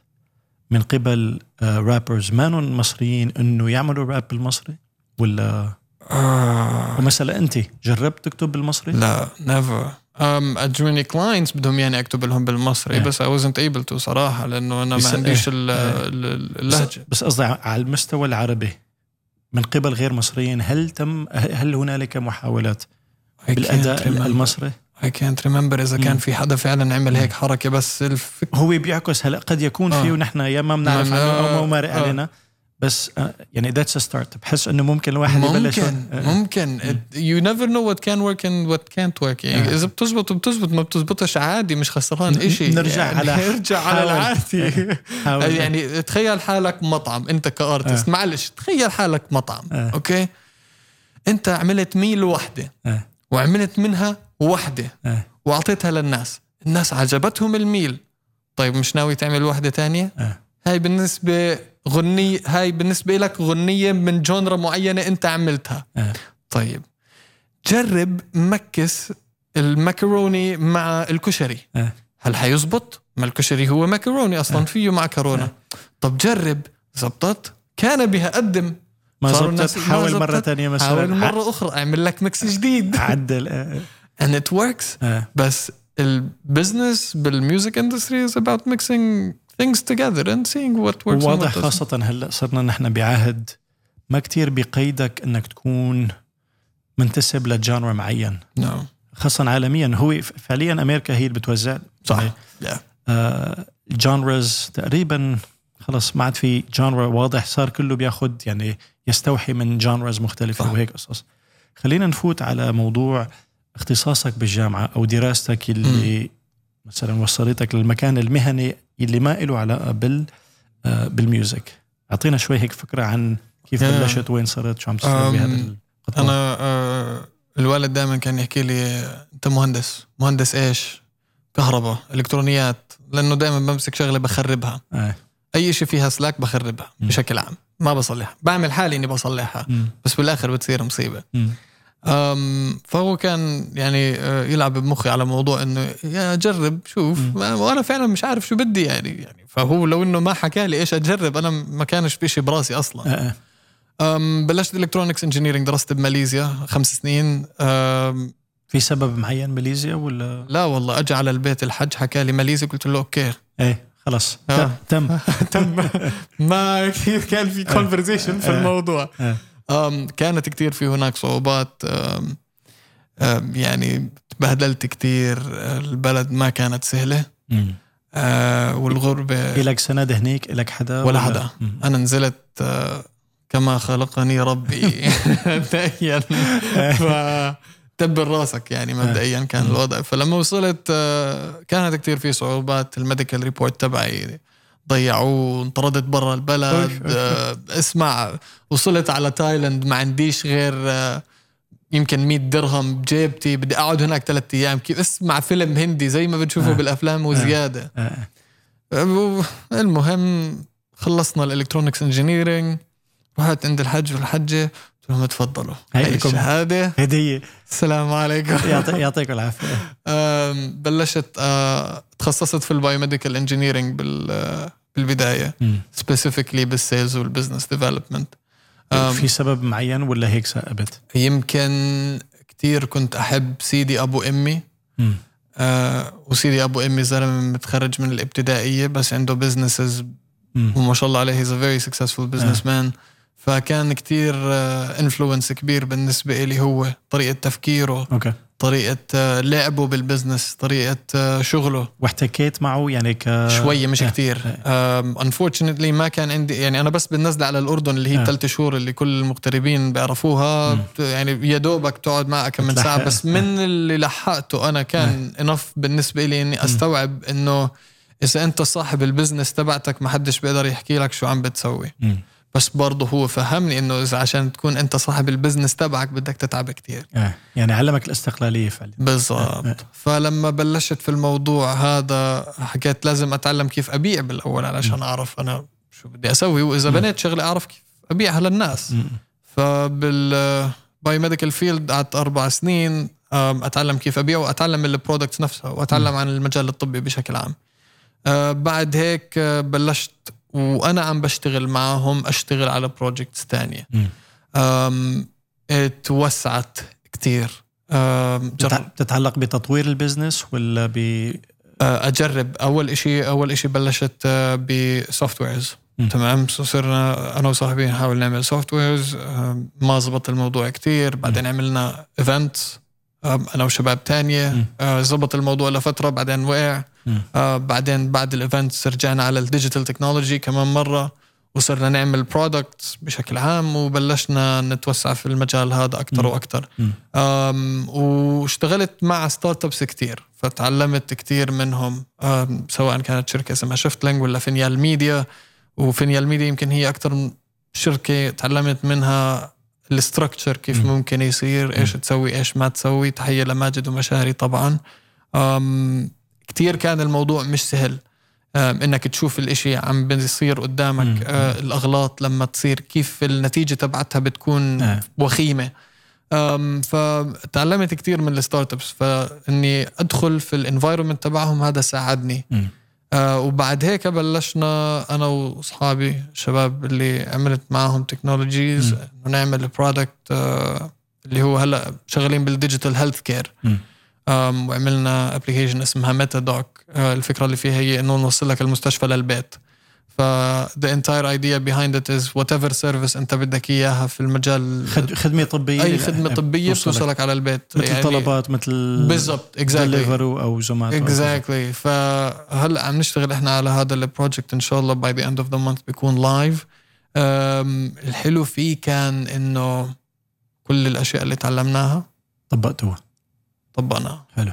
Speaker 1: من قبل آه رابرز مانن مصريين انه يعملوا راب بالمصري ولا
Speaker 2: آه.
Speaker 1: ومثلا انت جربت تكتب بالمصري
Speaker 2: لا Um, نيفر ام اجوني كلاينتس بدهم يعني اكتب لهم بالمصري
Speaker 1: إيه.
Speaker 2: بس اي wasn't ايبل تو صراحه لانه انا ما
Speaker 1: بس-
Speaker 2: عنديش
Speaker 1: إيه.
Speaker 2: ال-
Speaker 1: إيه.
Speaker 2: ال-
Speaker 1: بس-
Speaker 2: اللهجه
Speaker 1: بس قصدي على المستوى العربي من قبل غير مصريين هل تم هل هنالك محاولات
Speaker 2: I can't
Speaker 1: بالاداء
Speaker 2: remember.
Speaker 1: المصري
Speaker 2: I can't remember اذا كان
Speaker 1: مم.
Speaker 2: في حدا فعلا عمل
Speaker 1: Mm.
Speaker 2: هيك حركه بس الفكره
Speaker 1: هو بيعكس هلا قد يكون
Speaker 2: آه.
Speaker 1: فيه ونحن يا ما بنعرف
Speaker 2: ما-
Speaker 1: عنه او ما
Speaker 2: آه.
Speaker 1: مرق علينا بس آه، يعني ذاتس ستارت بحس انه ممكن الواحد يبلش
Speaker 2: ممكن
Speaker 1: آه،
Speaker 2: ممكن It- you never know what can work and what can't work يعني
Speaker 1: آه.
Speaker 2: اذا بتزبط بتزبط ما بتزبطش عادي مش خسران
Speaker 1: ن-
Speaker 2: إشي
Speaker 1: نرجع
Speaker 2: يعني
Speaker 1: على-
Speaker 2: نرجع على
Speaker 1: حاول.
Speaker 2: العادي
Speaker 1: حاول.
Speaker 2: يعني تخيل حالك مطعم انت كارتست آه. معلش تخيل حالك مطعم آه.
Speaker 1: آه.
Speaker 2: اوكي انت عملت ميل وحده
Speaker 1: آه.
Speaker 2: وعملت منها وحده
Speaker 1: آه.
Speaker 2: واعطيتها للناس الناس عجبتهم الميل طيب مش ناوي تعمل وحده تانية
Speaker 1: آه.
Speaker 2: هاي بالنسبه غنية هاي بالنسبه لك غنيه من جونرا معينه انت عملتها
Speaker 1: آه.
Speaker 2: طيب جرب مكس المكروني مع الكشري
Speaker 1: آه.
Speaker 2: هل حيزبط؟ ما الكشري هو مكروني اصلا
Speaker 1: آه.
Speaker 2: فيه معكرونه طب جرب زبطت كان بها قدم
Speaker 1: ما
Speaker 2: صاروا
Speaker 1: زبطت
Speaker 2: الناس- ما
Speaker 1: حاول مره
Speaker 2: زبطت.
Speaker 1: ثانيه مثلا
Speaker 2: حاول
Speaker 1: ع-
Speaker 2: مره اخرى اعمل لك ميكس جديد
Speaker 1: عدل آه،
Speaker 2: and it works
Speaker 1: آه.
Speaker 2: بس البزنس بالميوزك اندستري is about mixing things together and seeing what works and what
Speaker 1: واضح
Speaker 2: doesn't.
Speaker 1: خاصة هلا صرنا نحن بعهد ما كتير بقيدك انك تكون منتسب لجانر معين
Speaker 2: no.
Speaker 1: خاصة عالميا هو ف- فعليا امريكا هي اللي بتوزع
Speaker 2: صح
Speaker 1: يعني،
Speaker 2: yeah.
Speaker 1: آه جانرز تقريبا خلص ما عاد في جانر واضح صار كله بياخد يعني يستوحي من جانرز مختلفة
Speaker 2: صح.
Speaker 1: وهيك قصص خلينا نفوت على موضوع اختصاصك بالجامعة او دراستك اللي مثلا وصلتك للمكان المهني اللي ما له علاقة بال آه، بالميوزك اعطينا شوي هيك فكرة عن كيف
Speaker 2: Yeah.
Speaker 1: بلشت وين صرت شو عم تشتغل
Speaker 2: أم،
Speaker 1: بهذا القطاع
Speaker 2: انا آه، الوالد دائما كان يحكي لي انت مهندس مهندس ايش كهرباء الكترونيات لانه دائما بمسك شغله بخربها
Speaker 1: آه.
Speaker 2: اي شيء فيها سلاك بخربها
Speaker 1: مم.
Speaker 2: بشكل عام ما بصلحها بعمل حالي اني بصلحها
Speaker 1: مم.
Speaker 2: بس بالاخر بتصير مصيبه
Speaker 1: مم.
Speaker 2: أم فهو كان يعني آه، يلعب بمخي على موضوع انه يا جرب شوف
Speaker 1: مم.
Speaker 2: ما- وانا فعلا مش عارف شو بدي يعني يعني فهو لو انه ما حكى لي ايش اجرب انا ما كانش بشيء براسي اصلا
Speaker 1: آه، آه.
Speaker 2: أم بلشت الكترونكس انجينيرنج درست بماليزيا خمس سنين أم
Speaker 1: في سبب معين ماليزيا ولا
Speaker 2: لا والله اجى على البيت الحج حكى لي ماليزيا قلت له اوكي
Speaker 1: ايه خلص
Speaker 2: آه.
Speaker 1: تم تم
Speaker 2: تم ما كثير كان في كونفرزيشن في
Speaker 1: آه.
Speaker 2: الموضوع
Speaker 1: آه.
Speaker 2: أم كانت كثير في هناك صعوبات أم أم يعني تبهدلت كثير البلد ما كانت سهله
Speaker 1: مم.
Speaker 2: أه والغربه
Speaker 1: إلك سند هنيك إلك حدا
Speaker 2: ولا حدا.
Speaker 1: مم.
Speaker 2: انا نزلت آه، كما خلقني ربي مبدئيا فتبر راسك يعني مبدئيا كان الوضع فلما وصلت آه، كانت كتير في صعوبات الميديكال ريبورت تبعي ضيعوه انطردت برا
Speaker 1: أوف،
Speaker 2: البلد
Speaker 1: أوف.
Speaker 2: آه، اسمع وصلت على تايلاند ما عنديش غير آه، يمكن 100 درهم بجيبتي بدي اقعد هناك ثلاثة ايام كيف اسمع فيلم هندي زي ما بنشوفه
Speaker 1: آه.
Speaker 2: بالافلام وزياده
Speaker 1: آه.
Speaker 2: المهم خلصنا الالكترونكس انجينيرنج رحت عند الحج والحجه قلت لهم تفضلوا
Speaker 1: هاي
Speaker 2: هاي
Speaker 1: لكم.
Speaker 2: الشهاده
Speaker 1: هدية
Speaker 2: السلام عليكم
Speaker 1: يعطي يعطيك العافية
Speaker 2: أم، بلشت أه، تخصصت في البايوميديكال انجينيرنج بال بالبدايه
Speaker 1: مم.
Speaker 2: سبيسيفيكلي بالسيلز والبزنس ديفلوبمنت
Speaker 1: في سبب معين ولا هيك سأبت
Speaker 2: يمكن كتير كنت احب سيدي ابو امي
Speaker 1: مم.
Speaker 2: أه، وسيدي ابو امي زلمه متخرج من الابتدائيه بس عنده بزنسز
Speaker 1: مم.
Speaker 2: وما شاء الله عليه هيز فيري سكسسفول بزنس مان فكان كتير انفلونس كبير بالنسبه لي هو طريقه تفكيره
Speaker 1: أوكي
Speaker 2: طريقه آه، لعبه بالبزنس طريقه آه، شغله
Speaker 1: واحتكيت معه يعني ك
Speaker 2: شويه مش
Speaker 1: آه،
Speaker 2: كتير انفورشنتلي ما كان عندي يعني انا بس بالنزله على الاردن اللي هي
Speaker 1: آه.
Speaker 2: الثلاث شهور اللي كل المغتربين بيعرفوها بت- يعني يا دوبك تقعد معها كم من ساعه
Speaker 1: بتلحق.
Speaker 2: بس من اللي لحقته انا كان انف بالنسبه لي اني استوعب انه اذا انت صاحب البزنس تبعتك ما حدش بيقدر يحكي لك شو عم بتسوي
Speaker 1: مم.
Speaker 2: بس برضه هو فهمني انه اذا عشان تكون انت صاحب البزنس تبعك بدك تتعب كتير
Speaker 1: آه. يعني علمك الاستقلالية فعليا آه.
Speaker 2: بالضبط فلما بلشت في الموضوع هذا حكيت لازم اتعلم كيف ابيع بالاول علشان اعرف انا شو بدي اسوي واذا بنيت شغله اعرف كيف ابيعها للناس
Speaker 1: مم.
Speaker 2: فبال بايوميديكال فيلد قعدت اربع سنين أم، اتعلم كيف ابيع واتعلم البرودكتس نفسها واتعلم عن المجال الطبي بشكل عام أه، بعد هيك أه، بلشت وانا عم بشتغل معهم اشتغل على بروجكتس تانية
Speaker 1: مم.
Speaker 2: أم، إيه، توسعت كتير أم، جر-
Speaker 1: بتتع- بتتعلق بتطوير البزنس ولا ب
Speaker 2: اجرب اول أه، إشي اول إشي بلشت آه، بسوفت ويرز
Speaker 1: مم.
Speaker 2: تمام سو صرنا انا وصاحبي نحاول نعمل سوفت ويرز آه، ما زبط الموضوع كتير بعدين عملنا ايفنت انا وشباب تانية
Speaker 1: مم.
Speaker 2: آه، زبط الموضوع لفتره بعدين وقع
Speaker 1: مم.
Speaker 2: آه، بعدين بعد الايفنت رجعنا على الديجيتال تكنولوجي كمان مره وصرنا نعمل برودكت بشكل عام وبلشنا نتوسع في المجال هذا اكثر
Speaker 1: مم.
Speaker 2: واكثر
Speaker 1: مم.
Speaker 2: أم، واشتغلت مع ستارت ابس كتير فتعلمت كتير منهم أم، سواء كانت شركه اسمها شيفتلينج ولا فينيال ميديا وفينيال ميديا يمكن هي اكثر شركه تعلمت منها الاستراكشر كيف
Speaker 1: مم.
Speaker 2: ممكن يصير ايش تسوي ايش ما تسوي تحيه لماجد ومشاري طبعا أم، كتير كان الموضوع مش سهل أم، انك تشوف الاشي عم بيصير
Speaker 1: مم.
Speaker 2: آه، قدامك أه، الاغلاط لما تصير كيف النتيجه تبعتها بتكون
Speaker 1: آه.
Speaker 2: وخيمه أم، فتعلمت كثير من الستارت ابس فاني ادخل في الانفايرمنت تبعهم هذا ساعدني
Speaker 1: مم.
Speaker 2: آه، وبعد هيك بلشنا انا واصحابي الشباب اللي عملت معاهم تكنولوجيز
Speaker 1: مم.
Speaker 2: انه نعمل برودكت اللي هو هلا شغالين بالديجيتال هيلث كير
Speaker 1: مم.
Speaker 2: أم، وعملنا ابلكيشن اسمها ميتا دوك الفكره اللي فيها هي انه نوصل لك المستشفى للبيت ف the entire idea behind it is whatever service انت بدك اياها في المجال
Speaker 1: خد- خدمه طبيه
Speaker 2: اي خدمه طبيه
Speaker 1: بتوصلك.
Speaker 2: بتوصلك على البيت
Speaker 1: يعني مثل يعني طلبات مثل
Speaker 2: بالضبط اكزاكتلي
Speaker 1: دليفرو او زوماتو أو كذا.
Speaker 2: اكزاكتلي فهلا عم نشتغل احنا على هذا البروجكت ان شاء الله باي ذا اند اوف ذا مانث بيكون لايف الحلو فيه كان انه كل الاشياء اللي تعلمناها
Speaker 1: طبقتوها
Speaker 2: طبقناها
Speaker 1: حلو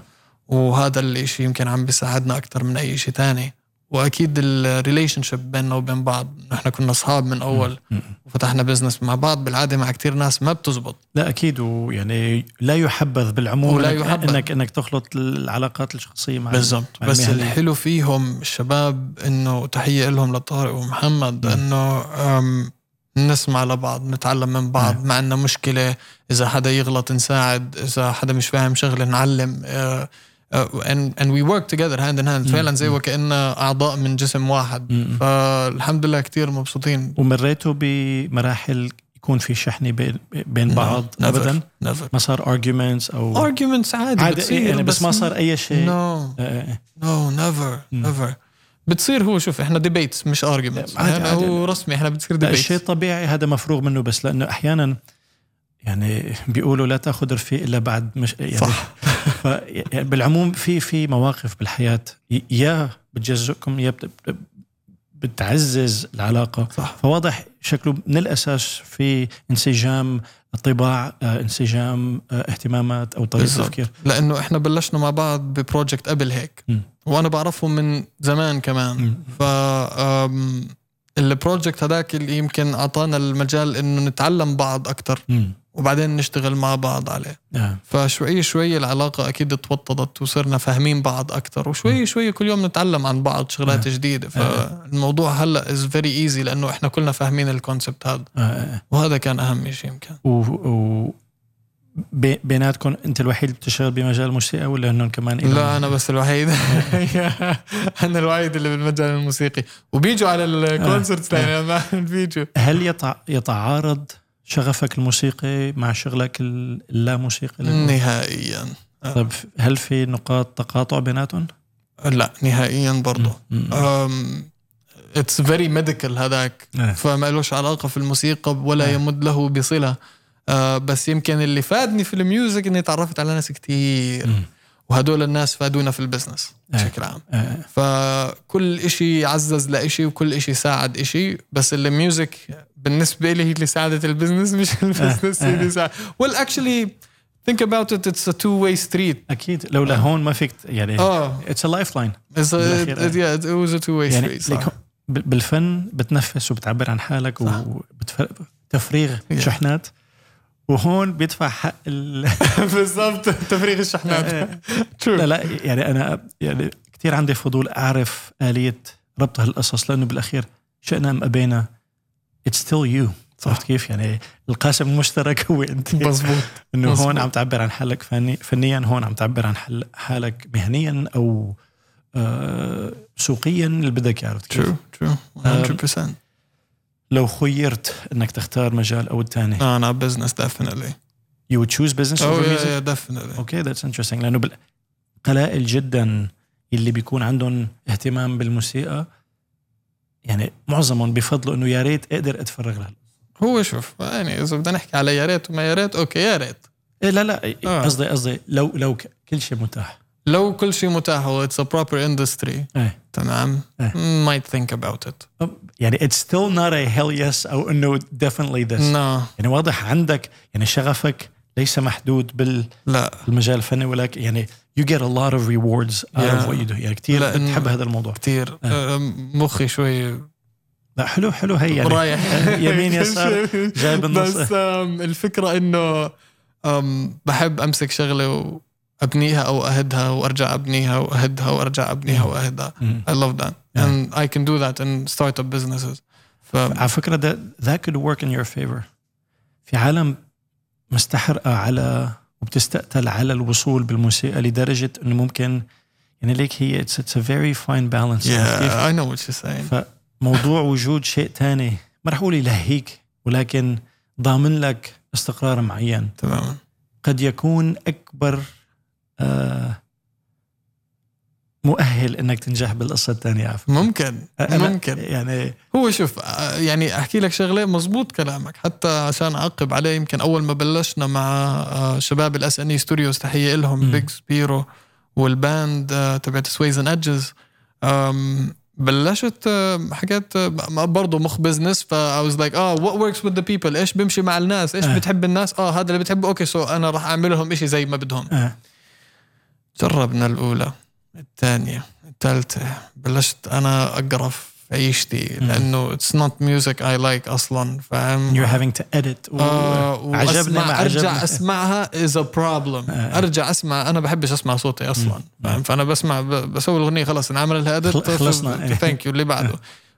Speaker 2: وهذا الاشي يمكن عم بيساعدنا اكثر من اي شيء تاني واكيد الريليشن شيب بيننا وبين بعض نحن كنا اصحاب من اول
Speaker 1: مم.
Speaker 2: وفتحنا بزنس مع بعض بالعاده مع كتير ناس ما بتزبط
Speaker 1: لا اكيد ويعني لا يحبذ بالعموم
Speaker 2: ولا
Speaker 1: إنك-
Speaker 2: يحبذ.
Speaker 1: انك انك تخلط العلاقات الشخصيه مع
Speaker 2: بالضبط
Speaker 1: مع
Speaker 2: بس
Speaker 1: المهنة.
Speaker 2: يعني الحلو فيهم الشباب انه تحيه لهم لطارق ومحمد انه أم، نسمع لبعض نتعلم من بعض ما عندنا مشكله اذا حدا يغلط نساعد اذا حدا مش فاهم شغله نعلم آه، آه، and, and we work together hand in
Speaker 1: مم.
Speaker 2: hand فعلا زي وكأننا اعضاء من جسم واحد
Speaker 1: مم.
Speaker 2: فالحمد لله كتير مبسوطين
Speaker 1: ومريتوا بمراحل يكون في شحنه بين بين بعض
Speaker 2: No, نعم. never,
Speaker 1: ابدا
Speaker 2: never
Speaker 1: ما صار arguments او
Speaker 2: arguments عادي
Speaker 1: عادي
Speaker 2: بتصير،
Speaker 1: يعني بس ما صار اي شيء
Speaker 2: no
Speaker 1: آه،
Speaker 2: نو نيفر
Speaker 1: مم.
Speaker 2: نيفر بتصير هو شوف احنا ديبيتس مش ارجيومنتس
Speaker 1: عادي،
Speaker 2: احنا
Speaker 1: عادي.
Speaker 2: هو رسمي احنا بتصير
Speaker 1: لا الشيء
Speaker 2: ديبيتس
Speaker 1: طبيعي هذا مفروغ منه بس لانه احيانا يعني بيقولوا لا تاخذ رفيق الا بعد مش يعني
Speaker 2: صح
Speaker 1: ف يعني بالعموم في في مواقف بالحياه ي- يا بتجزئكم يا بت- بتعزز العلاقه
Speaker 2: صح
Speaker 1: فواضح شكله من الاساس في انسجام طباع آه، انسجام آه، اهتمامات او طريقه
Speaker 2: بالضبط.
Speaker 1: تفكير
Speaker 2: لانه احنا بلشنا مع بعض ببروجكت قبل هيك
Speaker 1: مم.
Speaker 2: وانا بعرفهم من زمان كمان
Speaker 1: مم.
Speaker 2: ف أم، البروجكت هذاك اللي يمكن اعطانا المجال انه نتعلم بعض اكثر
Speaker 1: مم.
Speaker 2: وبعدين نشتغل مع بعض عليه
Speaker 1: آه.
Speaker 2: فشوي شوي العلاقة أكيد توطدت وصرنا فاهمين بعض أكثر وشوي شوي كل يوم نتعلم عن بعض شغلات جديدة فالموضوع هلا از فيري ايزي لأنه إحنا كلنا فاهمين الكونسبت هذا
Speaker 1: آه، آه.
Speaker 2: وهذا كان أهم شيء يمكن
Speaker 1: و, و بي- بيناتكم انت الوحيد بتشتغل بمجال الموسيقى ولا انهم كمان إلهم؟
Speaker 2: لا أنا بس الوحيد أنا الوحيد اللي بالمجال الموسيقي وبيجوا على الكونسرت يعني ما بيجوا
Speaker 1: هل يتع... يتعارض شغفك الموسيقي مع شغلك ال- اللا موسيقي لل-
Speaker 2: نهائيا
Speaker 1: طب هل في نقاط تقاطع بيناتهم؟
Speaker 2: لا نهائيا برضه
Speaker 1: مم.
Speaker 2: اتس فيري ميديكال هذاك
Speaker 1: إيه.
Speaker 2: فما لهش علاقه في الموسيقى ولا
Speaker 1: إيه.
Speaker 2: يمد له بصله آه، بس يمكن اللي فادني في الميوزك اني تعرفت على ناس كتير
Speaker 1: مم.
Speaker 2: وهدول الناس فادونا في البزنس
Speaker 1: إيه.
Speaker 2: بشكل عام
Speaker 1: آه.
Speaker 2: فكل إشي عزز لإشي وكل إشي ساعد إشي بس الميوزك بالنسبة لي هي اللي ساعدت البزنس مش
Speaker 1: إيه.
Speaker 2: البزنس هي اللي ساعدت well actually think about it it's a two way street
Speaker 1: اكيد لولا
Speaker 2: آه.
Speaker 1: هون ما فيك يعني
Speaker 2: اه
Speaker 1: اتس لايف لاين
Speaker 2: it's a, it,
Speaker 1: بالأخير،
Speaker 2: it, uh, yeah, it was a two way
Speaker 1: يعني
Speaker 2: street صح.
Speaker 1: ليك بال- بالفن بتنفس وبتعبر عن حالك
Speaker 2: صح.
Speaker 1: وتفريغ
Speaker 2: Yeah.
Speaker 1: شحنات وهون بيدفع حق ال...
Speaker 2: بالضبط تفريغ الشحنات
Speaker 1: لا إيه، لا يعني انا يعني كثير عندي فضول اعرف اليه ربط هالقصص لانه بالاخير شئنا ام ابينا اتس ستيل يو عرفت كيف يعني القاسم المشترك هو انت
Speaker 2: مظبوط
Speaker 1: انه
Speaker 2: مظبوط.
Speaker 1: هون عم تعبر عن حالك فني فنيا هون عم تعبر عن حل- حالك مهنيا او آه سوقيا اللي بدك عرفت كيف
Speaker 2: ترو ترو 100%
Speaker 1: لو خيرت انك تختار مجال او الثاني
Speaker 2: لا انا بزنس ديفينتلي
Speaker 1: you would choose business
Speaker 2: او
Speaker 1: over music
Speaker 2: ديفينتلي
Speaker 1: اوكي ذاتس انترستنج لانه بال- قلائل جدا اللي بيكون عندهم اهتمام بالموسيقى يعني معظمهم بفضلوا انه يا ريت اقدر اتفرغ لها
Speaker 2: هو شوف يعني اذا بدنا نحكي على يا ريت وما يا ريت اوكي يا ريت
Speaker 1: إيه لا لا إيه،
Speaker 2: آه.
Speaker 1: قصدي قصدي لو لو ك- كل شيء متاح
Speaker 2: لو كل شيء متاح واتس ا بروبر اندستري
Speaker 1: إيه.
Speaker 2: تمام Mm,
Speaker 1: إيه.
Speaker 2: might think about it
Speaker 1: طب يعني it's still not a hell yes او انه definitely this
Speaker 2: no
Speaker 1: يعني واضح عندك يعني شغفك ليس محدود بال-
Speaker 2: لا
Speaker 1: بالمجال الفني ولكن يعني you get a lot of rewards out
Speaker 2: Yeah.
Speaker 1: of what you do يعني كثير
Speaker 2: لأنه-
Speaker 1: بتحب هذا الموضوع
Speaker 2: كثير
Speaker 1: إيه.
Speaker 2: مخي شوي
Speaker 1: لا حلو حلو هي يعني
Speaker 2: رايح
Speaker 1: يمين يسار جاي بالنص.
Speaker 2: بس آم، الفكره انه آم، بحب امسك شغله وابنيها او اهدها وارجع ابنيها واهدها وارجع ابنيها واهدها
Speaker 1: مم.
Speaker 2: I love that
Speaker 1: Yeah.
Speaker 2: and I can do that in startup businesses ف
Speaker 1: على فكره that, that could work in your favor في عالم مستحرقه على وبتستقتل على الوصول بالموسيقى لدرجه انه ممكن يعني ليك هي اتس اتس فيري فاين بالانس
Speaker 2: yeah, I know what you're saying
Speaker 1: فموضوع يعني وجود شيء ثاني ما رح اقول يلهيك ولكن ضامن لك استقرار معين
Speaker 2: تماما
Speaker 1: قد يكون اكبر آه، مؤهل انك تنجح بالقصه الثانيه على فكرة.
Speaker 2: ممكن
Speaker 1: أنا-
Speaker 2: ممكن
Speaker 1: يعني
Speaker 2: هو شوف آه، يعني احكي لك شغله مزبوط كلامك حتى عشان اعقب عليه يمكن اول ما بلشنا مع آه، شباب الاس ان اي ستوديوز تحيه لهم
Speaker 1: مم.
Speaker 2: بيج سبيرو والباند آه، تبعت سويز ان ادجز بلشت آه، حكيت برضه مخ بزنس ف I was like اه what works with the people ايش بيمشي مع الناس ايش
Speaker 1: آه.
Speaker 2: بتحب الناس اه هذا اللي بتحبه اوكي سو انا راح اعمل لهم شيء زي ما بدهم
Speaker 1: آه.
Speaker 2: جربنا الأولى الثانية الثالثة بلشت أنا أقرف عيشتي لأنه it's not music I like أصلا فاهم
Speaker 1: you're having to edit و-
Speaker 2: آه
Speaker 1: عجبنا ما
Speaker 2: وأسمع- أرجع
Speaker 1: عجبنا
Speaker 2: أسمعها is a problem
Speaker 1: آه.
Speaker 2: أرجع أسمع أنا بحبش أسمع صوتي أصلا فاهم فأنا بسمع ب- بسوي الأغنية خلاص انعمل لها edit
Speaker 1: خل- خلصنا. آه.
Speaker 2: ثانك يو اللي بعده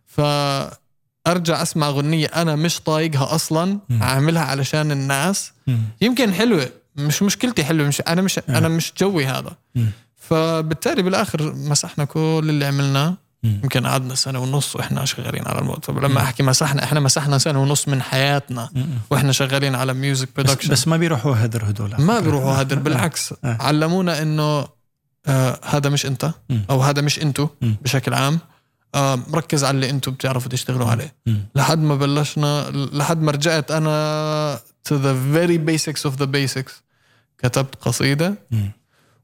Speaker 2: فأرجع أسمع أغنية أنا مش طايقها أصلا
Speaker 1: مم.
Speaker 2: أعملها علشان الناس
Speaker 1: مم.
Speaker 2: يمكن حلوة مش مشكلتي حلوة مش أنا
Speaker 1: آه.
Speaker 2: مش أنا مش جوي هذا
Speaker 1: مم.
Speaker 2: فبالتالي بالاخر مسحنا كل اللي عملناه
Speaker 1: مم.
Speaker 2: يمكن قعدنا سنه ونص واحنا شغالين على الموضوع فلما احكي مسحنا احنا مسحنا سنه ونص من حياتنا
Speaker 1: مم.
Speaker 2: واحنا شغالين على ميوزك
Speaker 1: بس,
Speaker 2: برودكشن
Speaker 1: بس ما بيروحوا هدر هدول
Speaker 2: ما بيروحوا هدر بالعكس
Speaker 1: آه.
Speaker 2: علمونا انه آه هذا مش انت
Speaker 1: مم.
Speaker 2: او هذا مش انتو
Speaker 1: مم.
Speaker 2: بشكل عام آه ركز على اللي انتو بتعرفوا تشتغلوا عليه
Speaker 1: مم.
Speaker 2: لحد ما بلشنا لحد ما رجعت انا to the very basics of the basics كتبت قصيده
Speaker 1: مم.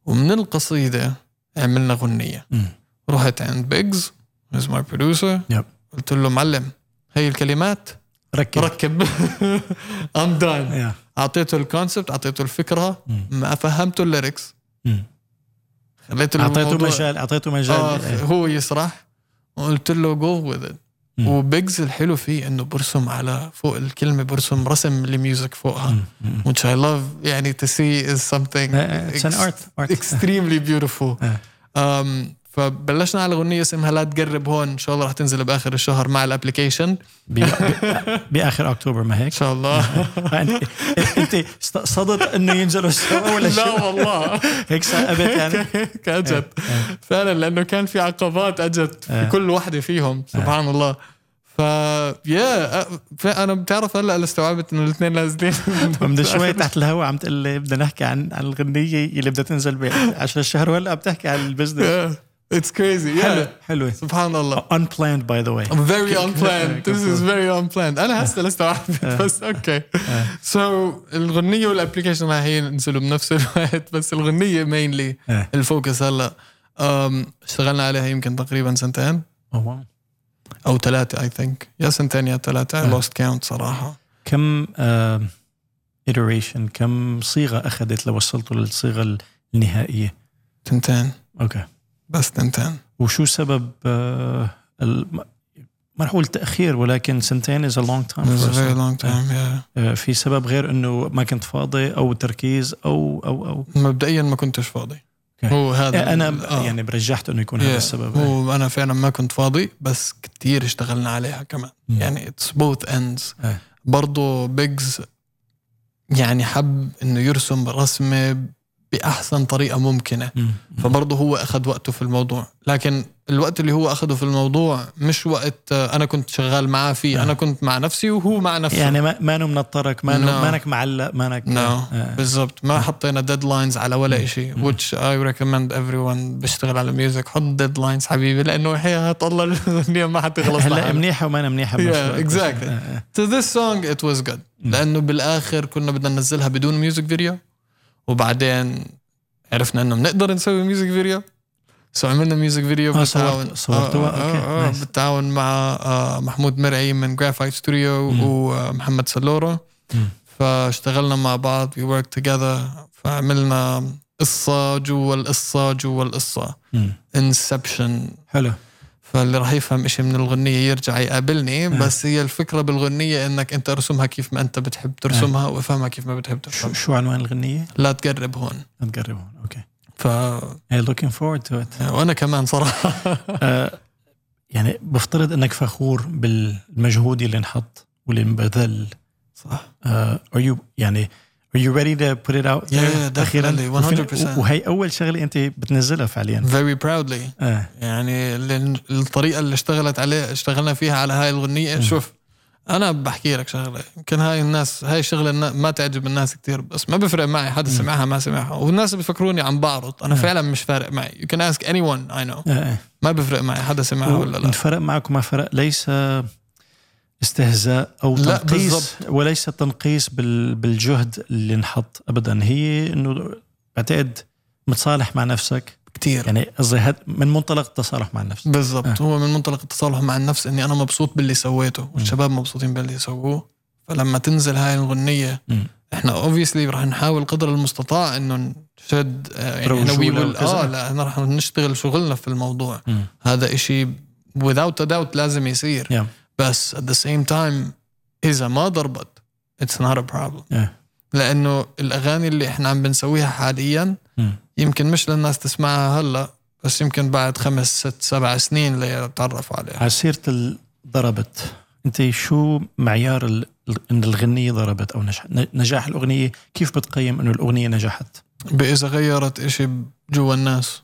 Speaker 2: ومن القصيده عملنا غنيه
Speaker 1: مم.
Speaker 2: رحت عند بيجز از ماي برودوسر
Speaker 1: يب.
Speaker 2: قلت له معلم هي الكلمات
Speaker 1: ركب
Speaker 2: ركب ام دان
Speaker 1: يا.
Speaker 2: اعطيته الكونسبت اعطيته الفكره
Speaker 1: مم.
Speaker 2: ما فهمته الليركس
Speaker 1: مم.
Speaker 2: خليته
Speaker 1: اعطيته
Speaker 2: الموضوع-
Speaker 1: مجال اعطيته
Speaker 2: آه
Speaker 1: مجال إيه.
Speaker 2: هو يسرح وقلت له جو وذ ات
Speaker 1: مم.
Speaker 2: وبيجز الحلو فيه انه برسم على فوق الكلمه برسم رسم الميوزك فوقها
Speaker 1: مم. مم.
Speaker 2: which I love يعني to see is something
Speaker 1: آه، it's an art art
Speaker 2: اكستريملي بيوتيفول
Speaker 1: آه.
Speaker 2: Um, فبلشنا على اغنيه اسمها لا تقرب هون ان شاء الله رح تنزل باخر الشهر مع الابلكيشن ان
Speaker 1: ب- ب- باخر اكتوبر ما هيك
Speaker 2: شاء الله
Speaker 1: آه، انت انت استقصدت انه ينزلوا السوا ولا
Speaker 2: لا
Speaker 1: شو
Speaker 2: والله
Speaker 1: هيك صعبت يعني
Speaker 2: هيك اجت فعلا لانه كان في عقبات اجت في
Speaker 1: آه.
Speaker 2: كل وحده فيهم سبحان الله ف يا أ- فانا بتعرف هلا اللي استوعبت انه الاثنين نازلين
Speaker 1: من شوي تحت الهواء عم تقول لي بدنا نحكي عن عن الغنيه اللي بدها تنزل ب 10 الشهر وهلا بتحكي عن البزنس
Speaker 2: اتس كريزي
Speaker 1: حلو
Speaker 2: يا
Speaker 1: حلو
Speaker 2: سبحان الله
Speaker 1: unplanned by the way
Speaker 2: Very
Speaker 1: Okay.
Speaker 2: unplanned. This is very unplanned. انا هسه لسه عارف بس اوكي. So الغنيه والابلكيشن هي ينزلوا بنفس الوقت بس الغنيه مينلي
Speaker 1: إيه.
Speaker 2: الفوكس هلا أم، اشتغلنا عليها يمكن تقريبا سنتين
Speaker 1: Oh, wow.
Speaker 2: او ثلاثه اي ثينك يا سنتين يا ثلاثه
Speaker 1: إيه.
Speaker 2: لوست كاونت صراحه
Speaker 1: كم آه، iteration كم صيغه اخذت لوصلتوا للصيغه النهائيه
Speaker 2: تنتين
Speaker 1: اوكي
Speaker 2: بس تنتين
Speaker 1: وشو سبب آه، ال- ما رح اقول تاخير ولكن سنتين از لونج
Speaker 2: It was a very
Speaker 1: تايم
Speaker 2: long time yeah.
Speaker 1: آه، في سبب غير انه ما كنت فاضي او تركيز او او او
Speaker 2: مبدئيا ما كنتش فاضي
Speaker 1: أوكي.
Speaker 2: هو هذا
Speaker 1: انا
Speaker 2: آه.
Speaker 1: يعني برجحت انه يكون هذا
Speaker 2: Yeah.
Speaker 1: السبب
Speaker 2: هو انا فعلا ما كنت فاضي بس كتير اشتغلنا عليها كمان
Speaker 1: مم.
Speaker 2: يعني اتس بوث اندز
Speaker 1: إيه.
Speaker 2: برضه بيجز يعني حب انه يرسم رسمه باحسن طريقه ممكنه
Speaker 1: مم.
Speaker 2: فبرضه هو اخذ وقته في الموضوع لكن الوقت اللي هو اخذه في الموضوع مش وقت آه، انا كنت شغال معاه فيه انا كنت مع نفسي وهو مع نفسه
Speaker 1: إيه. يعني ما مانو منطرك مانو
Speaker 2: No.
Speaker 1: مانك معلق مانك
Speaker 2: No.
Speaker 1: آه.
Speaker 2: بالضبط ما حطينا ديدلاينز على ولا شيء which I recommend everyone بيشتغل على ميوزك حط ديدلاينز حبيبي لانه حياة الله الدنيا ما حتخلص
Speaker 1: هلا
Speaker 2: لحالها.
Speaker 1: منيحه ومانا منيحه بنفس
Speaker 2: Yeah,
Speaker 1: الوقت.
Speaker 2: exactly.
Speaker 1: آه، آه.
Speaker 2: to this song it was good
Speaker 1: Mm.
Speaker 2: لانه بالاخر كنا بدنا ننزلها بدون ميوزك فيديو وبعدين عرفنا انه بنقدر نسوي ميوزك فيديو سو عملنا ميوزك فيديو
Speaker 1: آه، صورت- صورتوها؟ أوكي،
Speaker 2: آه آه
Speaker 1: nice.
Speaker 2: بالتعاون مع آه محمود مرعي من جرافايت ستوديو
Speaker 1: مم.
Speaker 2: ومحمد سلورو
Speaker 1: مم.
Speaker 2: آه، فاشتغلنا مع بعض we worked together فعملنا قصه جوا القصه جوا القصه
Speaker 1: مم.
Speaker 2: انسبشن
Speaker 1: حلو
Speaker 2: فاللي راح يفهم إشي من الغنية يرجع يقابلني
Speaker 1: نعم.
Speaker 2: بس هي الفكرة بالغنية إنك أنت ارسمها كيف ما أنت بتحب ترسمها وافهمها كيف ما بتحب
Speaker 1: نعم. شو
Speaker 2: تفهمها
Speaker 1: شو عنوان الغنيه؟
Speaker 2: لا تقرب هون
Speaker 1: نقرب هون اوكي
Speaker 2: ف
Speaker 1: Hey, looking forward to it
Speaker 2: وأنا كمان صراحة
Speaker 1: آه، يعني بفترض انك فخور بالمجهود اللي انحط واللي انبذل
Speaker 2: صح
Speaker 1: آه، are you يعني are Are you ready to put it out?
Speaker 2: Yeah,
Speaker 1: there
Speaker 2: yeah, definitely, 100%.
Speaker 1: وهي اول شغله انت بتنزلها فعليا
Speaker 2: very proudly
Speaker 1: آه.
Speaker 2: يعني ال- الطريقه اللي اشتغلت عليه اشتغلنا فيها على هاي
Speaker 1: نعم.
Speaker 2: الاغنيه شوف انا بحكي لك شغله يمكن هاي الناس هاي الشغله النا- ما تعجب الناس كثير بس ما بفرق معي حدا
Speaker 1: نعم.
Speaker 2: سمعها ما سمعها والناس بيفكروني عم بعرض انا فعلا مش فارق معي you can ask anyone I know
Speaker 1: آه.
Speaker 2: ما بفرق معي حدا سمعها ولا لا
Speaker 1: إن فرق معك وما فرق ليس استهزاء او
Speaker 2: لا،
Speaker 1: تنقيص
Speaker 2: بالضبط.
Speaker 1: وليس تنقيص بال- بالجهد اللي انحط ابدا هي انه بعتقد متصالح مع نفسك
Speaker 2: كثير
Speaker 1: يعني قصدي هاد- من منطلق التصالح مع النفس
Speaker 2: بالضبط هو من منطلق التصالح مع النفس اني انا مبسوط باللي سويته والشباب مبسوطين باللي سووه فلما تنزل هاي الاغنيه
Speaker 1: مم.
Speaker 2: احنا اوبفيسلي رح نحاول قدر المستطاع انه نشد آه، يعني احنا
Speaker 1: روجولة
Speaker 2: we will-
Speaker 1: وكذا.
Speaker 2: اه لا احنا رح نشتغل شغلنا في الموضوع
Speaker 1: مم.
Speaker 2: هذا إشي without a doubt لازم يصير
Speaker 1: Yeah.
Speaker 2: بس at the same time اذا ما ضربت it's not a problem
Speaker 1: Yeah.
Speaker 2: لانه الاغاني اللي احنا عم بنسويها حاليا
Speaker 1: مم.
Speaker 2: يمكن مش للناس تسمعها هلا بس يمكن بعد خمس ست سبع سنين ليتعرفوا عليها
Speaker 1: على سيرة ال- ضربت انت شو معيار ال- ال- ان الغنية ضربت او نجح ن- نجاح الاغنية كيف بتقيم انه الاغنية نجحت
Speaker 2: اذا غيرت إشي جوا الناس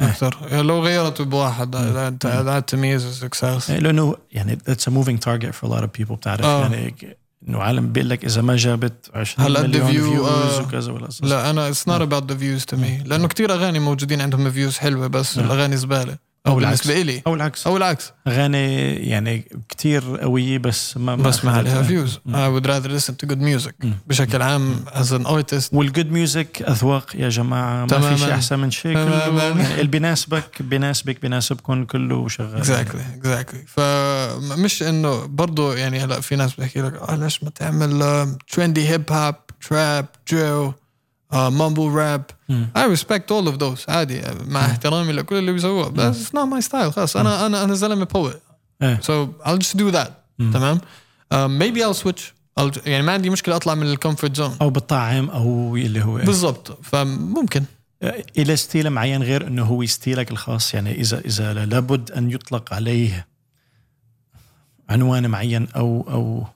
Speaker 1: إيه.
Speaker 2: اكثر لو غيرت بواحد that, that to me is a success
Speaker 1: إيه، لانه يعني that's a moving target for a lot of people بتعرف
Speaker 2: آه.
Speaker 1: يعني ك- انه عالم بيقول لك اذا ما جابت 20
Speaker 2: هلا قد
Speaker 1: مليون
Speaker 2: فيو،
Speaker 1: فيوز
Speaker 2: آه.
Speaker 1: وكذا ولا أساس.
Speaker 2: لا انا اتس نوت اباوت ذا فيوز تو
Speaker 1: إيه.
Speaker 2: مي لانه كثير اغاني موجودين عندهم فيوز حلوه بس
Speaker 1: نعم.
Speaker 2: الاغاني زباله او
Speaker 1: أو العكس.
Speaker 2: بالنسبه الي
Speaker 1: او العكس
Speaker 2: او العكس
Speaker 1: اغاني يعني كتير قوية بس ما إيه.
Speaker 2: بس ما
Speaker 1: أخذت.
Speaker 2: عليها فيوز
Speaker 1: مم.
Speaker 2: I would rather listen to good music
Speaker 1: مم.
Speaker 2: بشكل عام as an artist
Speaker 1: والجود ميوزك اذواق يا جماعه ما
Speaker 2: تماماً.
Speaker 1: في شيء احسن من شيء
Speaker 2: تماماً.
Speaker 1: كله يعني اللي بيناسبك بيناسبك بيناسبكم كله شغال
Speaker 2: exactly exactly فمش انه برضه يعني هلا في ناس بتحكي لك اه ليش ما تعمل ترندي هيب هوب تراب جو مامبل راب
Speaker 1: مم.
Speaker 2: آه، I respect all of those عادي مع احترامي لكل اللي بيسووه بس it's not my style خلاص انا انا انا زلمه poet
Speaker 1: إيه.
Speaker 2: so I'll just do that
Speaker 1: مم.
Speaker 2: تمام um, maybe I'll switch I'll, يعني ما عندي مشكله اطلع من الكومفورت زون
Speaker 1: او بتطعم او اللي هو
Speaker 2: بالضبط فممكن
Speaker 1: الى ستيل معين غير انه هو ستيلك الخاص يعني اذا اذا لابد ان يطلق عليه عنوان معين او او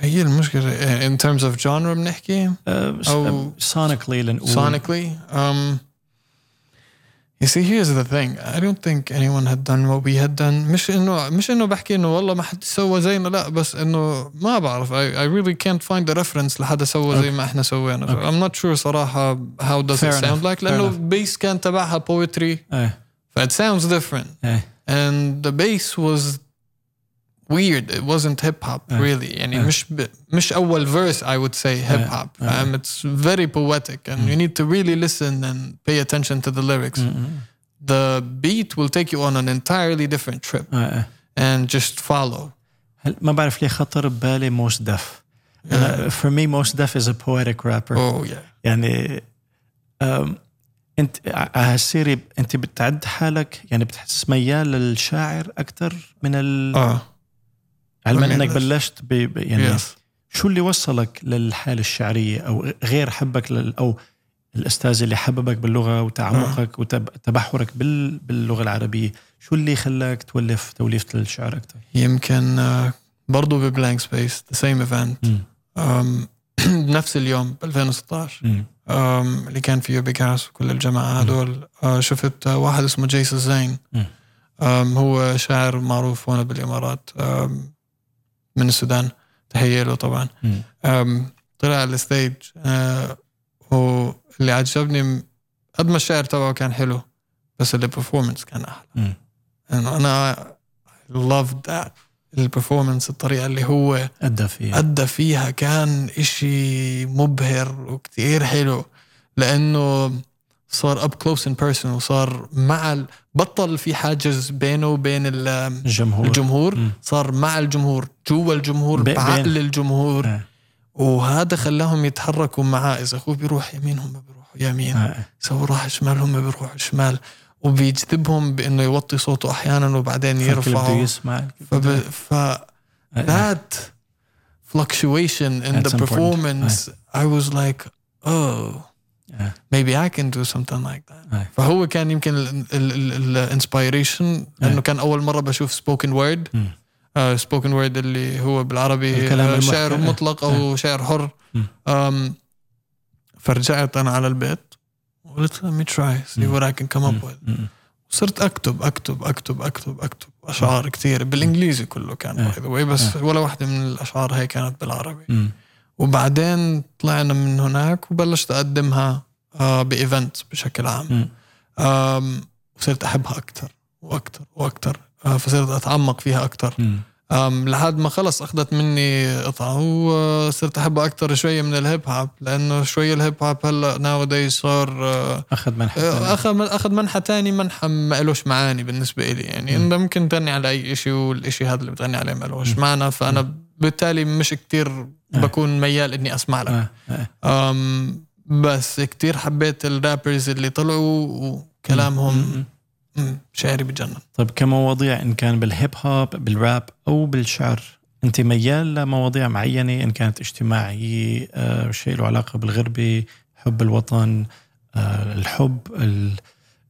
Speaker 2: هي المشكله إيه، in terms of genre بنحكي أو-
Speaker 1: سونيكلي آه، لنقول
Speaker 2: sonically um, You see, here's the thing. I don't think anyone had done what we had done. مش انه مش انه بحكي انه والله ما حد سوى زينا لا بس انه ما بعرف I, I really can't find a reference لحدا سوى زي ما احنا سوينا. I'm not sure صراحة how does
Speaker 1: Fair
Speaker 2: it sound
Speaker 1: enough.
Speaker 2: like
Speaker 1: Fair
Speaker 2: لانه
Speaker 1: enough.
Speaker 2: base كان تبعها poetry
Speaker 1: ايه
Speaker 2: ف it sounds different.
Speaker 1: ايه
Speaker 2: and the bass was weird it wasn't hip hop
Speaker 1: Yeah.
Speaker 2: really يعني
Speaker 1: Yeah.
Speaker 2: مش ب- مش اول verse I would say hip hop
Speaker 1: Yeah. Mm.
Speaker 2: um, it's very poetic and you need to really listen and pay attention to the lyrics
Speaker 1: م-م.
Speaker 2: the beat will take you on an entirely different trip
Speaker 1: إيه، إيه.
Speaker 2: and just follow
Speaker 1: هل ما بعرف ليه خطر ببالي موست دف انا فور مي موست دف از ا بويتيك رابر
Speaker 2: oh yeah
Speaker 1: يعني أم، انت ع- على هالسيره انت بتعد حالك يعني بتحس ميال للشاعر اكثر من ال...
Speaker 2: اه
Speaker 1: علما
Speaker 2: من
Speaker 1: انك
Speaker 2: الناس.
Speaker 1: بلشت ب... ب- يعني
Speaker 2: Uh, yes
Speaker 1: شو اللي وصلك للحاله الشعريه او غير حبك لل... او الاستاذ اللي حببك باللغه وتعمقك وتبحرك بال... باللغه العربيه شو اللي خلاك تولف توليفه الشعر اكثر
Speaker 2: يمكن آه، برضو ببلانك سبيس the same event
Speaker 1: مم.
Speaker 2: um, نفس اليوم ب 2016 أم، اللي كان فيه بيج هاوس وكل الجماعه هذول أه، شفت أه، واحد اسمه جيس الزين
Speaker 1: مم.
Speaker 2: أم، هو شاعر معروف هنا بالامارات أم، من السودان تحيه له طبعا
Speaker 1: مم.
Speaker 2: أم، طلع على الستيج أه، واللي عجبني م- قد ما الشعر تبعه كان حلو بس البرفورمنس كان احلى
Speaker 1: مم.
Speaker 2: يعني انا loved that البرفورمنس الطريقه اللي هو
Speaker 1: ادى فيه
Speaker 2: أدى فيها كان إشي مبهر وكتير حلو لأنه صار up close and personal وصار مع ال... بطل في حاجز بينه وبين ال-
Speaker 1: الجمهور
Speaker 2: الجمهور
Speaker 1: مم.
Speaker 2: صار مع الجمهور جوا الجمهور
Speaker 1: ب- بين-
Speaker 2: بعقل الجمهور
Speaker 1: آه.
Speaker 2: وهذا خلاهم يتحركوا معاه إذا أخوه بيروح يمين هم بيروحوا يمين
Speaker 1: آه.
Speaker 2: سو راح شمال هم بيروحوا شمال وبيجذبهم بأنه يوطي صوته أحيانا وبعدين
Speaker 1: فالكل بده
Speaker 2: يرفعه
Speaker 1: يسمع
Speaker 2: فب... ف...
Speaker 1: آه.
Speaker 2: that fluctuation in
Speaker 1: That's
Speaker 2: the
Speaker 1: important.
Speaker 2: performance I was like oh
Speaker 1: آه.
Speaker 2: maybe I can do something like that
Speaker 1: آه.
Speaker 2: فهو كان يمكن الانسبيريشن لانه كان اول مره بشوف سبوكن وورد
Speaker 1: مم.
Speaker 2: سبوكن وورد اللي هو بالعربي
Speaker 1: الكلام
Speaker 2: آه، شعر
Speaker 1: المحكي.
Speaker 2: مطلق او شعر حر
Speaker 1: مم.
Speaker 2: أم فرجعت انا على البيت وقلت let me try
Speaker 1: Hmm.
Speaker 2: see what I can come up with
Speaker 1: مم.
Speaker 2: صرت اكتب اكتب اكتب اكتب اكتب اشعار كثير بالانجليزي كله كان باي ذا واي بس ولا واحده من الاشعار هي كانت بالعربي
Speaker 1: مم.
Speaker 2: وبعدين طلعنا من هناك وبلشت اقدمها آه بايفنت بشكل عام
Speaker 1: مم.
Speaker 2: آم، وصرت احبها اكثر واكثر واكثر آه، فصرت اتعمق فيها اكثر
Speaker 1: مم.
Speaker 2: أم، لحد ما خلص اخذت مني قطعه وصرت احبها اكثر شويه من الهيب هاب لانه شويه الهيب هاب هلا ناو داي صار آه،
Speaker 1: اخذ منحة
Speaker 2: آه، اخذ اخذ منحى تاني منحى ما الوش معاني بالنسبه لي يعني انت ممكن تغني على اي شيء والشيء هذا اللي بتغني عليه ما الوش معنى فانا بالتالي مش كتير بكون ميال اني اسمع لك
Speaker 1: آه. آه.
Speaker 2: أم بس كتير حبيت الرابرز اللي طلعوا وكلامهم مم، شعري بجنن
Speaker 1: طيب كمواضيع ان كان بالهيب هوب بالراب او بالشعر انت ميال لمواضيع معينه ان كانت اجتماعيه آه، شيء له علاقه بالغربه حب الوطن آه، الحب ال-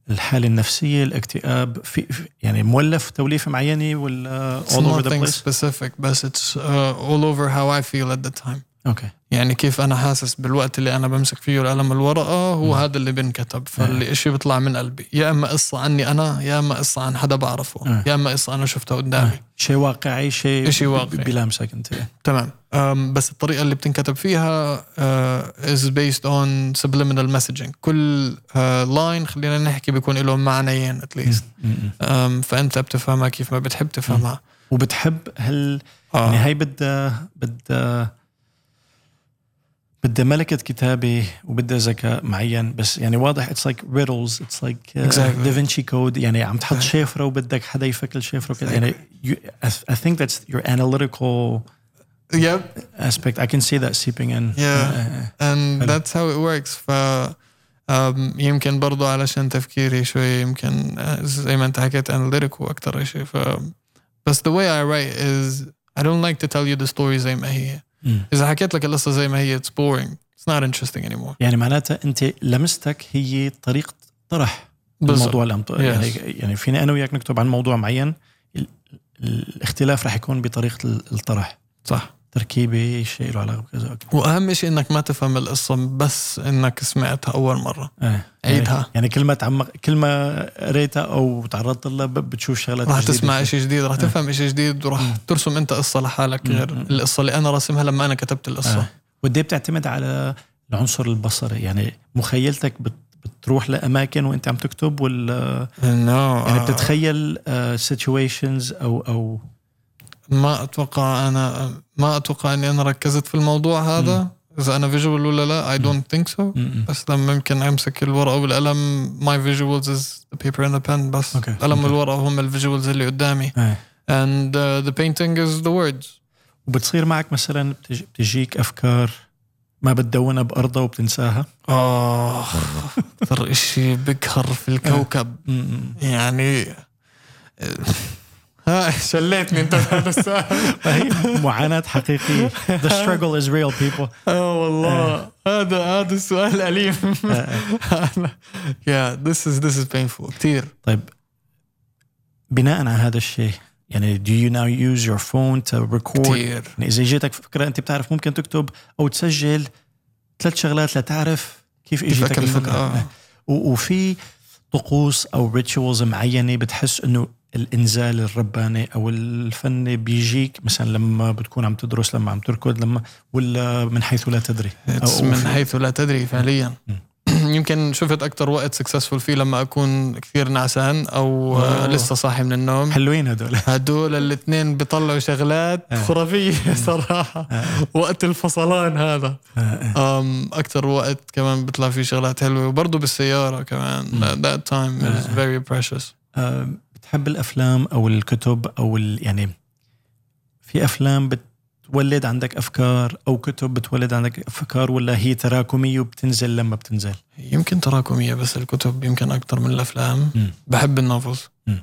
Speaker 1: الحاله النفسيه الاكتئاب في في- يعني مولف توليفه معينه ولا
Speaker 2: It's nothing specific بس it's uh, all over how I feel at the time
Speaker 1: اوكي
Speaker 2: يعني كيف انا حاسس بالوقت اللي انا بمسك فيه القلم والورقه هو
Speaker 1: نعم.
Speaker 2: هذا اللي بنكتب فاللي شيء بيطلع من قلبي يا اما قصه عني انا يا اما قصه عن حدا بعرفه
Speaker 1: آه.
Speaker 2: يا اما قصه انا شفتها قدامي
Speaker 1: شيء واقعي شيء
Speaker 2: شيء آه. واقعي.
Speaker 1: ب- بلامسك انت
Speaker 2: تمام أم، بس الطريقه اللي بتنكتب فيها أه، is based on subliminal messaging كل لاين خلينا نحكي بيكون له معنيين at least
Speaker 1: م-م.
Speaker 2: أم، فانت بتفهمها كيف ما بتحب تفهمها
Speaker 1: وبتحب هال
Speaker 2: آه.
Speaker 1: يعني هاي بدها بدها بدها ملكة كتابة وبدها ذكاء معين بس يعني واضح اتس لايك ريدلز اتس لايك
Speaker 2: Exactly.
Speaker 1: دافنشي كود يعني عم تحط
Speaker 2: Exactly.
Speaker 1: شفرة وبدك حدا يفك الشفرة وكذا يعني اي ثينك ذاتس يور analytical
Speaker 2: yep
Speaker 1: aspect I can see that seeping in Uh,
Speaker 2: Yeah. and that's how it works ف أم، يمكن برضو علشان تفكيري شوي يمكن أه، زي ما انت حكيت analytical اكتر شيء ف بس the way I write is I don't like to tell you the story زي ما هي
Speaker 1: مم.
Speaker 2: اذا حكيت لك القصه زي ما هي it's boring it's not interesting anymore
Speaker 1: يعني معناتها انت لمستك هي طريقة طرح
Speaker 2: بالظبط.
Speaker 1: الموضوع اللي عم ط-
Speaker 2: Yes.
Speaker 1: يعني يعني فينا انا وياك نكتب عن موضوع معين ال- الاختلاف رح يكون بطريقة ال- الطرح
Speaker 2: صح
Speaker 1: تركيبه شيء له علاقه بكذا اوكي
Speaker 2: واهم شيء انك ما تفهم القصه بس انك سمعتها اول مره
Speaker 1: آه.
Speaker 2: إيه. عيدها.
Speaker 1: يعني كل ما تعمق كل ما قريتها او تعرضت لها ب- بتشوف شغلات
Speaker 2: راح
Speaker 1: جديدة.
Speaker 2: تسمع شيء جديد
Speaker 1: آه.
Speaker 2: راح تفهم شيء جديد وراح ترسم انت قصه لحالك غير القصه اللي انا راسمها لما انا كتبت القصه
Speaker 1: آه. وقد إيه بتعتمد على العنصر البصري يعني مخيلتك بت بتروح لاماكن وانت عم تكتب ولا
Speaker 2: انه
Speaker 1: يعني
Speaker 2: آه،
Speaker 1: بتتخيل آه، سيتويشنز او او
Speaker 2: ما اتوقع انا ما اتوقع اني انا ركزت في الموضوع هذا اذا انا فيجوال ولا لا اي دونت ثينك سو
Speaker 1: م- م.
Speaker 2: بس لما ممكن امسك الورقه والقلم ماي فيجوالز از بيبر اند بن بس
Speaker 1: أوكي.
Speaker 2: القلم
Speaker 1: أوكي.
Speaker 2: والورقه هم الفيجوالز اللي قدامي
Speaker 1: آه.
Speaker 2: and uh, the painting is the words
Speaker 1: وبتصير معك مثلا بتج- بتجيك افكار ما بتدونها بارضها وبتنساها
Speaker 2: اخ اكثر شيء بقهر في الكوكب
Speaker 1: م-
Speaker 2: يعني آه، ها شليتني انت بهذا السؤال
Speaker 1: م. معاناه حقيقيه the struggle is real people
Speaker 2: اه
Speaker 1: آه.
Speaker 2: والله هذا هذا السؤال اليم
Speaker 1: آه.
Speaker 2: يا ذس از ذس از painful كثير
Speaker 1: طيب بناء على هذا الشيء يعني do you now use your phone to record
Speaker 2: كتير.
Speaker 1: يعني إذا جيتك فكرة أنت بتعرف ممكن تكتب أو تسجل ثلاث شغلات لتعرف كيف إجتك
Speaker 2: تفكر من-
Speaker 1: الفكرة
Speaker 2: آه.
Speaker 1: و- وفي طقوس أو ريتشوالز معينة بتحس أنه الإنزال الرباني أو الفني بيجيك مثلا لما بتكون عم تدرس لما عم تركض لما ولا من حيث لا تدري
Speaker 2: It's
Speaker 1: أو-
Speaker 2: من
Speaker 1: في-
Speaker 2: حيث لا تدري فعليا يمكن شفت اكثر وقت سكسسفول فيه لما اكون كثير نعسان او آه،
Speaker 1: آه.
Speaker 2: لسه صاحي من النوم
Speaker 1: حلوين هدول آه،
Speaker 2: هدول الاثنين بيطلعوا شغلات خرافيه صراحه
Speaker 1: آه،
Speaker 2: وقت الفصلان هذا أم اكثر وقت كمان بيطلع فيه شغلات حلوه وبرضه بالسياره كمان that time is very precious
Speaker 1: آه، بتحب الافلام او الكتب او ال... يعني في افلام بتولد عندك افكار او كتب بتولد عندك افكار ولا هي تراكميه وبتنزل لما بتنزل
Speaker 2: يمكن تراكمية بس الكتب يمكن أكثر من الأفلام
Speaker 1: مم.
Speaker 2: بحب النوفلز
Speaker 1: مم.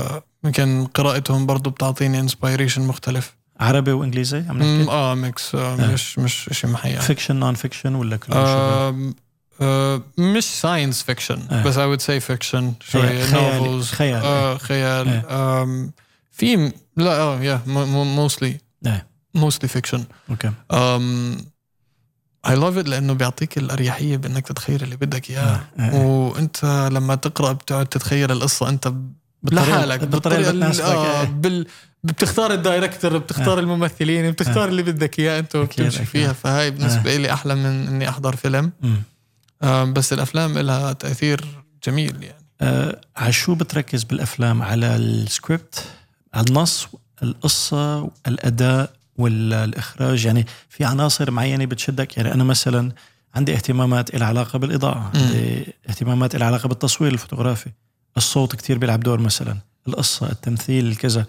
Speaker 2: فممكن قراءتهم برضو بتعطيني انسبيريشن مختلف
Speaker 1: عربي وانجليزي عم
Speaker 2: مم،
Speaker 1: نحكي
Speaker 2: اه ميكس آه مش مش شيء محير
Speaker 1: فيكشن نون فيكشن ولا كله شغل؟
Speaker 2: آم، آه مش ساينس فيكشن
Speaker 1: آه.
Speaker 2: بس اي وود سي فيكشن شوية
Speaker 1: خيالي-
Speaker 2: نوفلز
Speaker 1: خيال.
Speaker 2: Eh, آه خيال آم، في م- لا آه، اه يا موستلي
Speaker 1: آه.
Speaker 2: موستلي فيكشن
Speaker 1: اوكي
Speaker 2: أم اي لاف ات لانه بيعطيك الاريحيه بانك تتخيل اللي بدك
Speaker 1: آه.
Speaker 2: اياه
Speaker 1: إيه.
Speaker 2: وانت لما تقرا بتقعد تتخيل القصه انت
Speaker 1: بالطريقة-
Speaker 2: لحالك
Speaker 1: بالطريقة اللي بتناسبك،
Speaker 2: آه،
Speaker 1: إيه.
Speaker 2: بال بتختار الدايركتور بتختار الممثلين بتختار اللي بدك اياه انت وبتمشي
Speaker 1: إيه. أكيد. إيه.
Speaker 2: فيها فهاي بالنسبه لي احلى من اني احضر فيلم
Speaker 1: مم.
Speaker 2: آه، بس الافلام لها تاثير جميل يعني
Speaker 1: آه، على شو بتركز بالافلام على السكريبت على النص القصه الاداء ولا الاخراج يعني في عناصر معينه بتشدك يعني انا مثلا عندي اهتمامات لها علاقه بالاضاءه
Speaker 2: مم.
Speaker 1: عندي اهتمامات لها علاقه بالتصوير الفوتوغرافي الصوت كتير بيلعب دور مثلا القصه التمثيل الكذا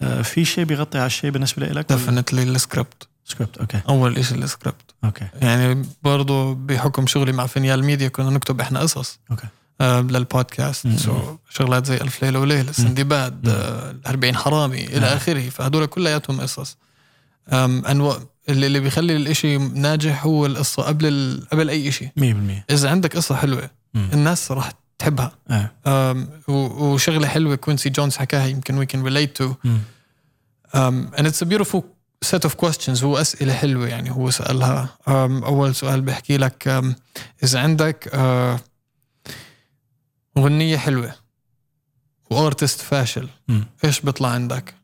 Speaker 1: آه، في شيء بيغطي على الشيء بالنسبه لك
Speaker 2: دفنتلي السكريبت
Speaker 1: سكريبت اوكي
Speaker 2: اول شيء السكريبت
Speaker 1: اوكي
Speaker 2: يعني برضو بحكم شغلي مع فينيال ميديا كنا نكتب احنا قصص
Speaker 1: اوكي
Speaker 2: آه، للبودكاست
Speaker 1: مم.
Speaker 2: سو شغلات زي الف ليله وليله سندباد آه، الأربعين حرامي الى
Speaker 1: آه.
Speaker 2: اخره فهدول كلياتهم قصص آم، انواع اللي اللي بيخلي الاشي ناجح هو القصه قبل ال... قبل اي شيء
Speaker 1: 100%
Speaker 2: اذا عندك قصه حلوه
Speaker 1: مم.
Speaker 2: الناس راح تحبها
Speaker 1: آه.
Speaker 2: آم، و- وشغله حلوه كوينسي جونز حكاها يمكن وي كان ريليت تو
Speaker 1: مم.
Speaker 2: Um, and it's a beautiful set of questions هو أسئلة حلوة يعني هو سألها um, أول سؤال بحكي لك um, إذا عندك uh, غنية حلوة وارتست فاشل
Speaker 1: مم.
Speaker 2: إيش بيطلع عندك؟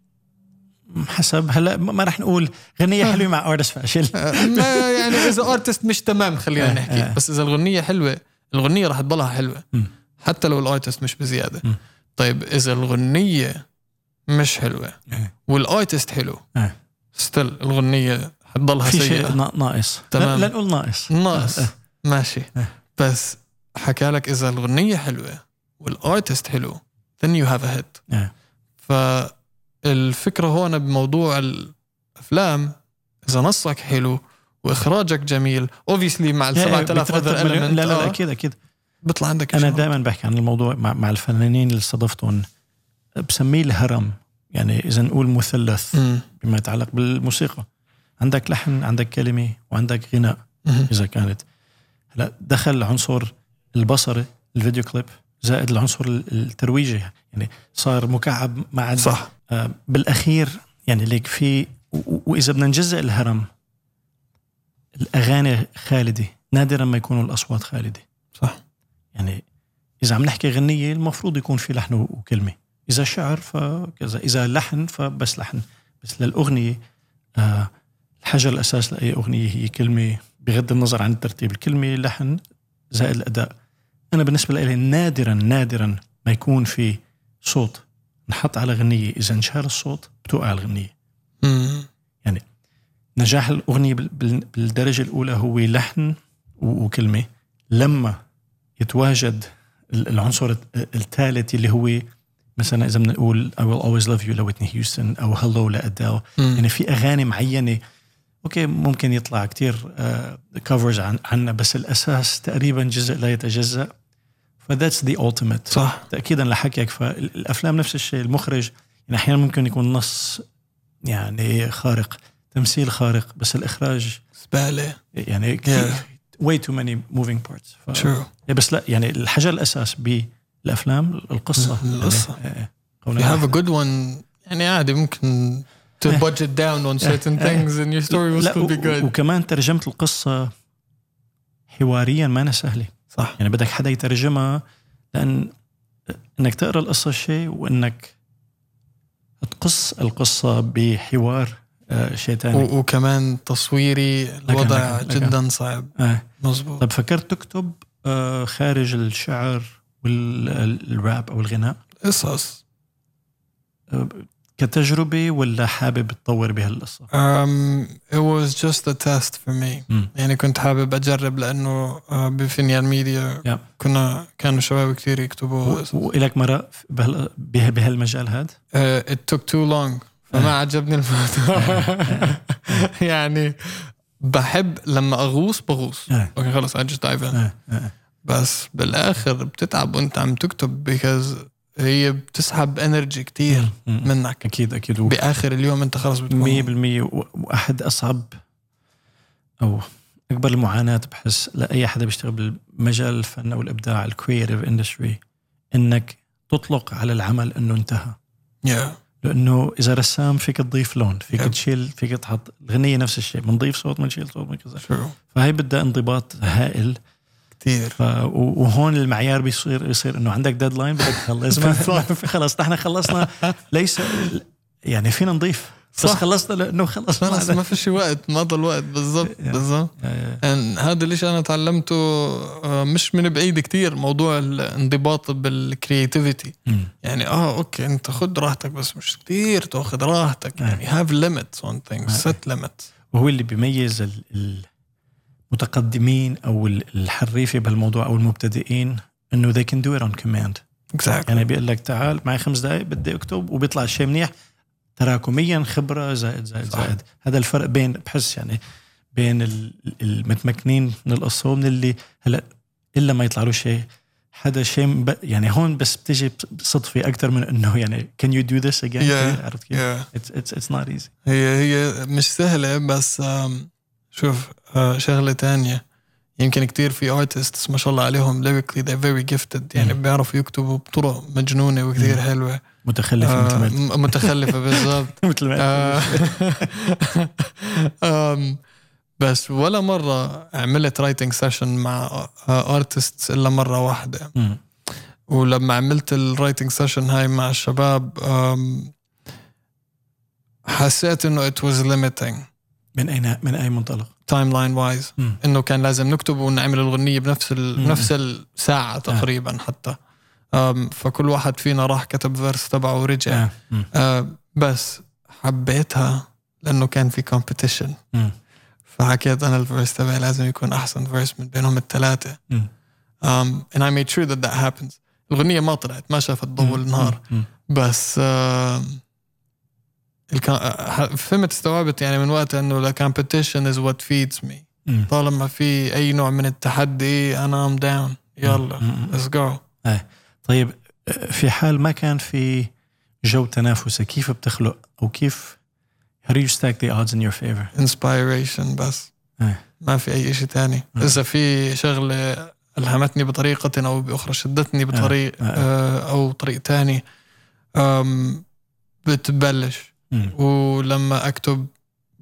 Speaker 2: Uh,
Speaker 1: حسب هلا ما ما رح نقول غنيه
Speaker 2: آه.
Speaker 1: حلوه مع ارتست فاشل
Speaker 2: آه، ما يعني إذا ارتست مش تمام خلينا
Speaker 1: آه،
Speaker 2: نحكي
Speaker 1: آه.
Speaker 2: بس إذا الغنية حلوة الغنية رح تضلها حلوة
Speaker 1: مم.
Speaker 2: حتى لو الارتست مش بزيادة
Speaker 1: مم.
Speaker 2: طيب إذا الغنية مش حلوة
Speaker 1: إيه.
Speaker 2: والارتست حلو
Speaker 1: آه.
Speaker 2: ستيل الغنية حتضلها
Speaker 1: في
Speaker 2: سيئة
Speaker 1: شيء نا- ناقص
Speaker 2: تمام.
Speaker 1: تمام لا نقول ناقص
Speaker 2: ناقص
Speaker 1: آه.
Speaker 2: ماشي
Speaker 1: آه.
Speaker 2: بس حكى لك اذا الغنيه حلوه والارتست حلو then you have a hit
Speaker 1: آه.
Speaker 2: فالفكره هون بموضوع الافلام اذا نصك حلو واخراجك جميل اوبسلي مع ال
Speaker 1: لا،
Speaker 2: 7000
Speaker 1: بيترتب
Speaker 2: اذر
Speaker 1: مليون-
Speaker 2: element
Speaker 1: لا لا لا
Speaker 2: آه،
Speaker 1: اكيد اكيد
Speaker 2: بيطلع عندك
Speaker 1: انا
Speaker 2: إشي.
Speaker 1: دائما بحكي عن الموضوع مع, مع الفنانين اللي استضفتهم بسميه الهرم يعني اذا نقول مثلث
Speaker 2: مم.
Speaker 1: بما يتعلق بالموسيقى عندك لحن عندك كلمه وعندك غناء
Speaker 2: مم.
Speaker 1: اذا كانت هلا دخل عنصر البصري الفيديو كليب زائد العنصر الترويجي يعني صار مكعب مع
Speaker 2: صح
Speaker 1: آه، بالاخير يعني ليك في و- و- واذا بدنا نجزء الهرم الاغاني خالده نادرا ما يكونوا الاصوات خالده
Speaker 2: صح
Speaker 1: يعني اذا عم نحكي غنيه المفروض يكون في لحن و- وكلمه اذا شعر فكذا اذا لحن فبس لحن بس للاغنيه آه، الحجر الاساس لاي اغنيه هي كلمه بغض النظر عن الترتيب الكلمه لحن زائد الاداء انا بالنسبه لي نادرا نادرا ما يكون في صوت نحط على غنيه اذا انشال الصوت بتوقع الغنيه
Speaker 2: مم.
Speaker 1: نجاح الأغنية بال- بال- بالدرجة الأولى هو لحن و- وكلمة لما يتواجد ال- العنصر الت- الثالث اللي هو مثلا إذا بدنا نقول I will always love you لويتني هيوستن أو hello لأديل
Speaker 2: مم.
Speaker 1: يعني في أغاني معينة أوكي ممكن يطلع كتير كفرز عن عنا بس الأساس تقريبا جزء لا يتجزأ فذاتس ذا ultimate
Speaker 2: صح
Speaker 1: تاكيدا لحكيك فالافلام نفس الشيء المخرج يعني احيانا ممكن يكون نص يعني خارق تمثيل خارق بس الاخراج
Speaker 2: زباله
Speaker 1: يعني واي تو ماني موفينج بارتس
Speaker 2: ترو
Speaker 1: بس لا يعني الحجر الاساس بالافلام القصه
Speaker 2: القصة.
Speaker 1: يعني إيه،
Speaker 2: You
Speaker 1: قولاً
Speaker 2: have a
Speaker 1: واحداً.
Speaker 2: good one يعني عادي ممكن to budget down on certain things and your story
Speaker 1: آه.
Speaker 2: will
Speaker 1: لا
Speaker 2: still be
Speaker 1: و-
Speaker 2: good
Speaker 1: وكمان ترجمه القصه حواريا ما أنا سهله
Speaker 2: صح
Speaker 1: يعني بدك حدا يترجمها لان انك تقرا القصه شيء وانك تقص القصه بحوار آه، شيء ثاني
Speaker 2: و- وكمان تصويري الوضع
Speaker 1: لكن- لكن.
Speaker 2: جدا صعب
Speaker 1: آه.
Speaker 2: مزبوط
Speaker 1: طب فكرت تكتب آه، خارج الشعر والراب او الغناء
Speaker 2: قصص
Speaker 1: آه، كتجربه ولا حابب تطور بهالقصه؟
Speaker 2: um, it was just a test for me
Speaker 1: مم.
Speaker 2: يعني كنت حابب اجرب لانه uh, بفينيال ميديا
Speaker 1: Yeah.
Speaker 2: كنا كانوا شباب كثير يكتبوا
Speaker 1: و- والك مرة بهال- بها- بهالمجال هذا؟
Speaker 2: آه، it took too
Speaker 1: آه.
Speaker 2: long فما عجبني الموضوع يعني بحب لما اغوص بغوص
Speaker 1: آه.
Speaker 2: اوكي خلص I just dive in
Speaker 1: آه، آه.
Speaker 2: بس بالاخر بتتعب وانت عم تكتب بيكوز هي بتسحب انرجي كتير
Speaker 1: مم.
Speaker 2: منك
Speaker 1: اكيد اكيد و-
Speaker 2: باخر اليوم انت خلص
Speaker 1: مية
Speaker 2: بتكون
Speaker 1: بالمية و- وأحد أصعب أو أكبر المعاناة بحس لأي حدا بيشتغل بالمجال الفن أو الإبداع الكرييتيف اندستري إنك تطلق على العمل إنه انتهى
Speaker 2: yeah.
Speaker 1: لانه اذا رسام فيك تضيف لون فيك تشيل فيك تحط الغنيه نفس الشيء بنضيف صوت بنشيل صوت من كذا
Speaker 2: شو
Speaker 1: فهي بدها انضباط هائل
Speaker 2: كثير
Speaker 1: ف... و- وهون المعيار بيصير يصير انه عندك ديدلاين بدك تخلص ما- ما في خلص نحن خلصنا ليس يعني فينا نضيف بس
Speaker 2: صح.
Speaker 1: خلصنا لانه خلص ما
Speaker 2: خلاص
Speaker 1: عاد-
Speaker 2: ما فيش وقت ما ضل وقت بالضبط
Speaker 1: يعني.
Speaker 2: بالضبط
Speaker 1: آه،
Speaker 2: يعني هذا الشيء انا تعلمته آه، مش من بعيد كتير موضوع الانضباط بالكرياتيفيتي
Speaker 1: مم.
Speaker 2: يعني اه اوكي انت خد راحتك بس مش كتير تاخذ راحتك يعني هاف ليميتس اون ثينجز سيت ليميتس
Speaker 1: وهو اللي بيميز ال- المتقدمين او ال- الحريفه بهالموضوع او المبتدئين انه they can do it on command
Speaker 2: اكزاكتلي
Speaker 1: يعني بيقول لك تعال معي خمس دقائق بدي اكتب وبيطلع الشيء منيح تراكميا خبره زائد زائد
Speaker 2: صح.
Speaker 1: زائد هذا الفرق بين بحس يعني بين ال- المتمكنين من القصه ومن اللي هلا الا ما يطلع له شيء حدا شيء مب- يعني هون بس بتجي صدفه اكثر من انه يعني can you do this again
Speaker 2: Yeah.
Speaker 1: عرفت كيف؟
Speaker 2: yeah.
Speaker 1: It's, it's, it's not easy
Speaker 2: هي هي مش سهله بس آم، شوف آه، شغله تانية يمكن كتير في ارتستس ما شاء الله عليهم ليريكلي they فيري gifted يعني
Speaker 1: مم.
Speaker 2: بيعرفوا يكتبوا بطرق مجنونه وكثير
Speaker 1: مم.
Speaker 2: حلوه
Speaker 1: متخلفه مثل ما
Speaker 2: آه،
Speaker 1: قلت.
Speaker 2: م- متخلفه بالضبط
Speaker 1: مثل ما قلت.
Speaker 2: آه. أم، بس ولا مرة عملت رايتنج سيشن مع ارتست الا مرة واحدة
Speaker 1: مم.
Speaker 2: ولما عملت الرايتنج سيشن هاي مع الشباب أم، حسيت انه it was limiting
Speaker 1: من اين من اي منطلق؟
Speaker 2: تايم لاين وايز
Speaker 1: مم.
Speaker 2: انه كان لازم نكتب ونعمل الاغنيه بنفس ال...
Speaker 1: مم. آه.
Speaker 2: نفس الساعه تقريبا حتى أم، فكل واحد فينا راح كتب فيرس تبعه ورجع
Speaker 1: آه. مم.
Speaker 2: آه، بس حبيتها لانه كان في كومبيتيشن
Speaker 1: مم.
Speaker 2: فحكيت انا الفيرس تبعي لازم يكون احسن فيرس من بينهم الثلاثه
Speaker 1: مم.
Speaker 2: um, and I made sure that that happens الاغنيه ما طلعت ما شافت ضوء النهار
Speaker 1: مم.
Speaker 2: بس آه، الك- آه، فهمت استوعبت يعني من وقتها انه the competition is what feeds me
Speaker 1: مم.
Speaker 2: طالما في اي نوع من التحدي انا ام داون يلا
Speaker 1: مم.
Speaker 2: let's go
Speaker 1: Mm. طيب في حال ما كان في جو تنافسي كيف بتخلق او كيف how do you stack the odds in your favor
Speaker 2: انسبايريشن بس
Speaker 1: إيه.
Speaker 2: ما في اي شيء تاني
Speaker 1: إيه.
Speaker 2: اذا في شغله الهمتني بطريقه او باخرى شدتني بطريق
Speaker 1: إيه.
Speaker 2: آه، او طريق تاني أم، بتبلش
Speaker 1: مم.
Speaker 2: ولما اكتب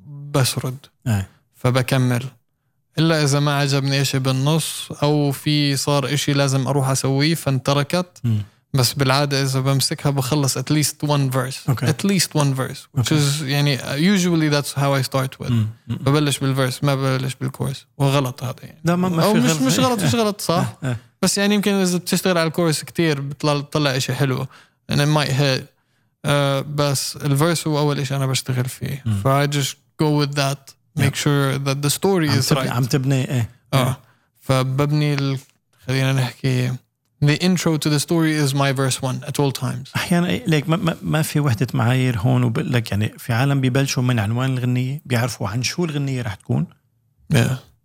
Speaker 2: بسرد
Speaker 1: إيه.
Speaker 2: فبكمل الا اذا ما عجبني شيء بالنص او في صار شيء لازم اروح اسويه فانتركت
Speaker 1: مم.
Speaker 2: بس بالعاده اذا بمسكها بخلص at least one verse
Speaker 1: Okay.
Speaker 2: at least one verse which
Speaker 1: Okay. Mm.
Speaker 2: is يعني usually that's how I start with
Speaker 1: مم. مم.
Speaker 2: ببلش بالفيرس ما ببلش بالكورس وغلط هذا يعني
Speaker 1: لا ما ما في
Speaker 2: او مش
Speaker 1: غلط.
Speaker 2: مش غلط مش
Speaker 1: آه،
Speaker 2: غلط صح
Speaker 1: آه، آه.
Speaker 2: بس يعني يمكن اذا بتشتغل على الكورس كتير بتطلع بتطلع شيء حلو and it might hit آه بس الفيرس هو اول شيء انا بشتغل فيه
Speaker 1: مم.
Speaker 2: ف I just go with that make sure that the story
Speaker 1: عم
Speaker 2: is
Speaker 1: تبني
Speaker 2: right
Speaker 1: عم تبني ايه
Speaker 2: اه فببني ال... Uh, خلينا نحكي the intro to the story is my verse one at all times
Speaker 1: احيانا إيه، ليك ما, ما, ما في وحده معايير هون وبقول لك يعني في عالم ببلشوا من عنوان الغنيه بيعرفوا عن شو الغنيه رح تكون
Speaker 2: yeah.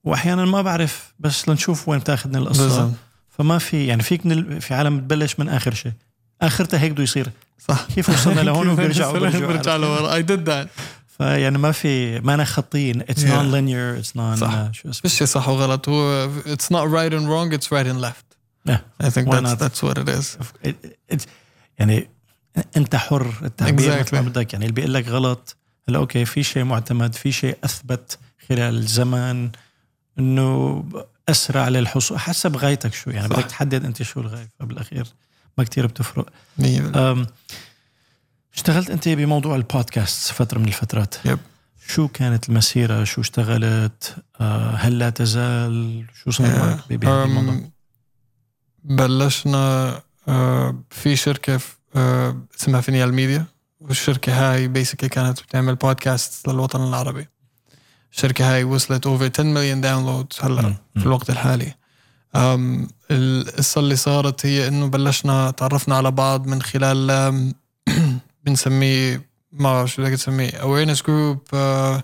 Speaker 1: واحيانا ما بعرف بس لنشوف وين بتاخذنا
Speaker 2: بالظبط.
Speaker 1: القصه فما في يعني فيك من ال- في عالم بتبلش من اخر شيء اخرتها هيك بده يصير
Speaker 2: صح
Speaker 1: كيف وصلنا لهون وبيرجعوا وبيرجعوا.
Speaker 2: برجع لورا I did that
Speaker 1: فيعني يعني ما في ما انا خطين اتس
Speaker 2: Yeah.
Speaker 1: نون لينير اتس نون
Speaker 2: صح.
Speaker 1: آه، شو اسمه
Speaker 2: فيش شي صح وغلط هو it's not right and wrong it's right and left
Speaker 1: Yeah.
Speaker 2: I think
Speaker 1: Why
Speaker 2: that's,
Speaker 1: not?
Speaker 2: that's what it is
Speaker 1: It- it- يعني انت حر التعبير مثل ما
Speaker 2: Exactly.
Speaker 1: بدك يعني اللي بيقول لك غلط هلا اوكي في شيء معتمد في شيء اثبت خلال الزمن انه اسرع للحصول حسب غايتك شو يعني
Speaker 2: صح.
Speaker 1: بدك تحدد انت شو الغايه فبالاخير ما كتير بتفرق
Speaker 2: مية
Speaker 1: أم، اشتغلت انت بموضوع البودكاست فتره من الفترات
Speaker 2: Yep.
Speaker 1: شو كانت المسيره شو اشتغلت آه، هل لا تزال شو صار
Speaker 2: آه،
Speaker 1: معك ب- بهذا الموضوع
Speaker 2: أم، بلشنا آه، في شركة آه، اسمها فينيال ميديا والشركة هاي بيسكلي كانت بتعمل بودكاست للوطن العربي الشركة هاي وصلت اوفر 10 مليون داونلود هلا
Speaker 1: مم.
Speaker 2: في الوقت الحالي أم، القصة اللي صارت هي انه بلشنا تعرفنا على بعض من خلال أم، بنسميه ما بعرف شو بدك تسميه awareness group أه، أم،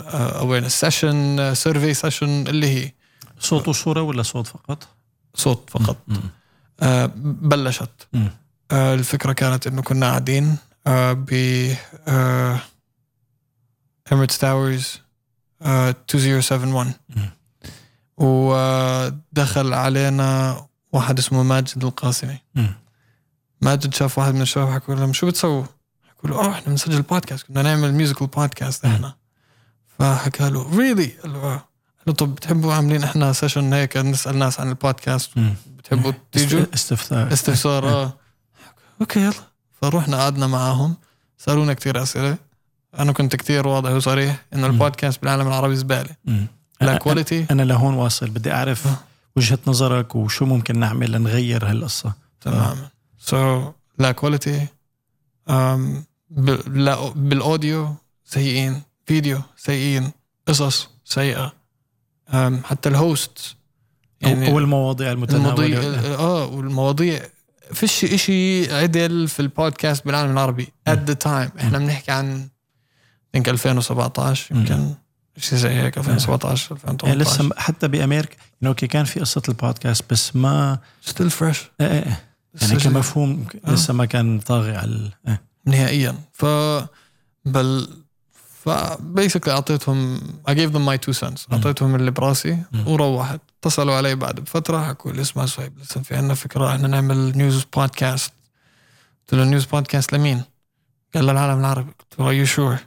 Speaker 2: أه، awareness session أه، survey session اللي هي
Speaker 1: صوت وصوره ولا صوت فقط؟
Speaker 2: صوت فقط
Speaker 1: مم.
Speaker 2: آه، بلشت
Speaker 1: مم.
Speaker 2: آه، الفكره كانت انه كنا قاعدين آه، ب آه، اميريتس تاورز آه، 2071
Speaker 1: مم.
Speaker 2: ودخل آه، علينا واحد اسمه ماجد القاسمي
Speaker 1: مم.
Speaker 2: ماجد شاف واحد من الشباب حكوا لهم شو بتسووا؟ حكوا له اه احنا بنسجل بودكاست كنا نعمل ميوزيكال بودكاست احنا فحكى له ريلي قال له آه. قال له طب بتحبوا عاملين احنا سيشن هيك نسال ناس عن البودكاست
Speaker 1: مم.
Speaker 2: بتحبوا تيجوا
Speaker 1: است- استفسار
Speaker 2: استفسار اه اوكي يلا فروحنا قعدنا معاهم سالونا كثير اسئله انا كنت كثير واضح وصريح انه البودكاست بالعالم العربي زباله
Speaker 1: مم.
Speaker 2: لا أه.
Speaker 1: أنا-
Speaker 2: كواليتي
Speaker 1: انا لهون واصل بدي اعرف وجهه نظرك وشو ممكن نعمل لنغير هالقصه
Speaker 2: تماما سو لا كواليتي أم، ب- لا بالاوديو سيئين فيديو سيئين قصص سيئه أم، حتى الهوست
Speaker 1: يعني والمواضيع
Speaker 2: المضي...
Speaker 1: المتناوله
Speaker 2: اه والمواضيع فيش اشي عدل في البودكاست بالعالم العربي ات ذا تايم احنا بنحكي عن يمكن 2017
Speaker 1: مم.
Speaker 2: يمكن شيء زي هيك 2017
Speaker 1: يعني لسه
Speaker 2: 2018
Speaker 1: حتى بامريكا يعني اوكي كان في قصه البودكاست بس ما أه،
Speaker 2: ستيل فريش
Speaker 1: إيه إيه إيه. يعني كمفهوم
Speaker 2: آه.
Speaker 1: لسه ما كان طاغي على ال- إيه.
Speaker 2: نهائيا ف بل ف basically اعطيتهم I gave them my two cents اعطيتهم اللي براسي وروحت اتصلوا علي بعد بفتره حكوا لي اسمع سهيب لسه في عندنا فكره احنا نعمل نيوز بودكاست قلت له نيوز بودكاست لمين؟ قال للعالم العربي قلت له are you sure؟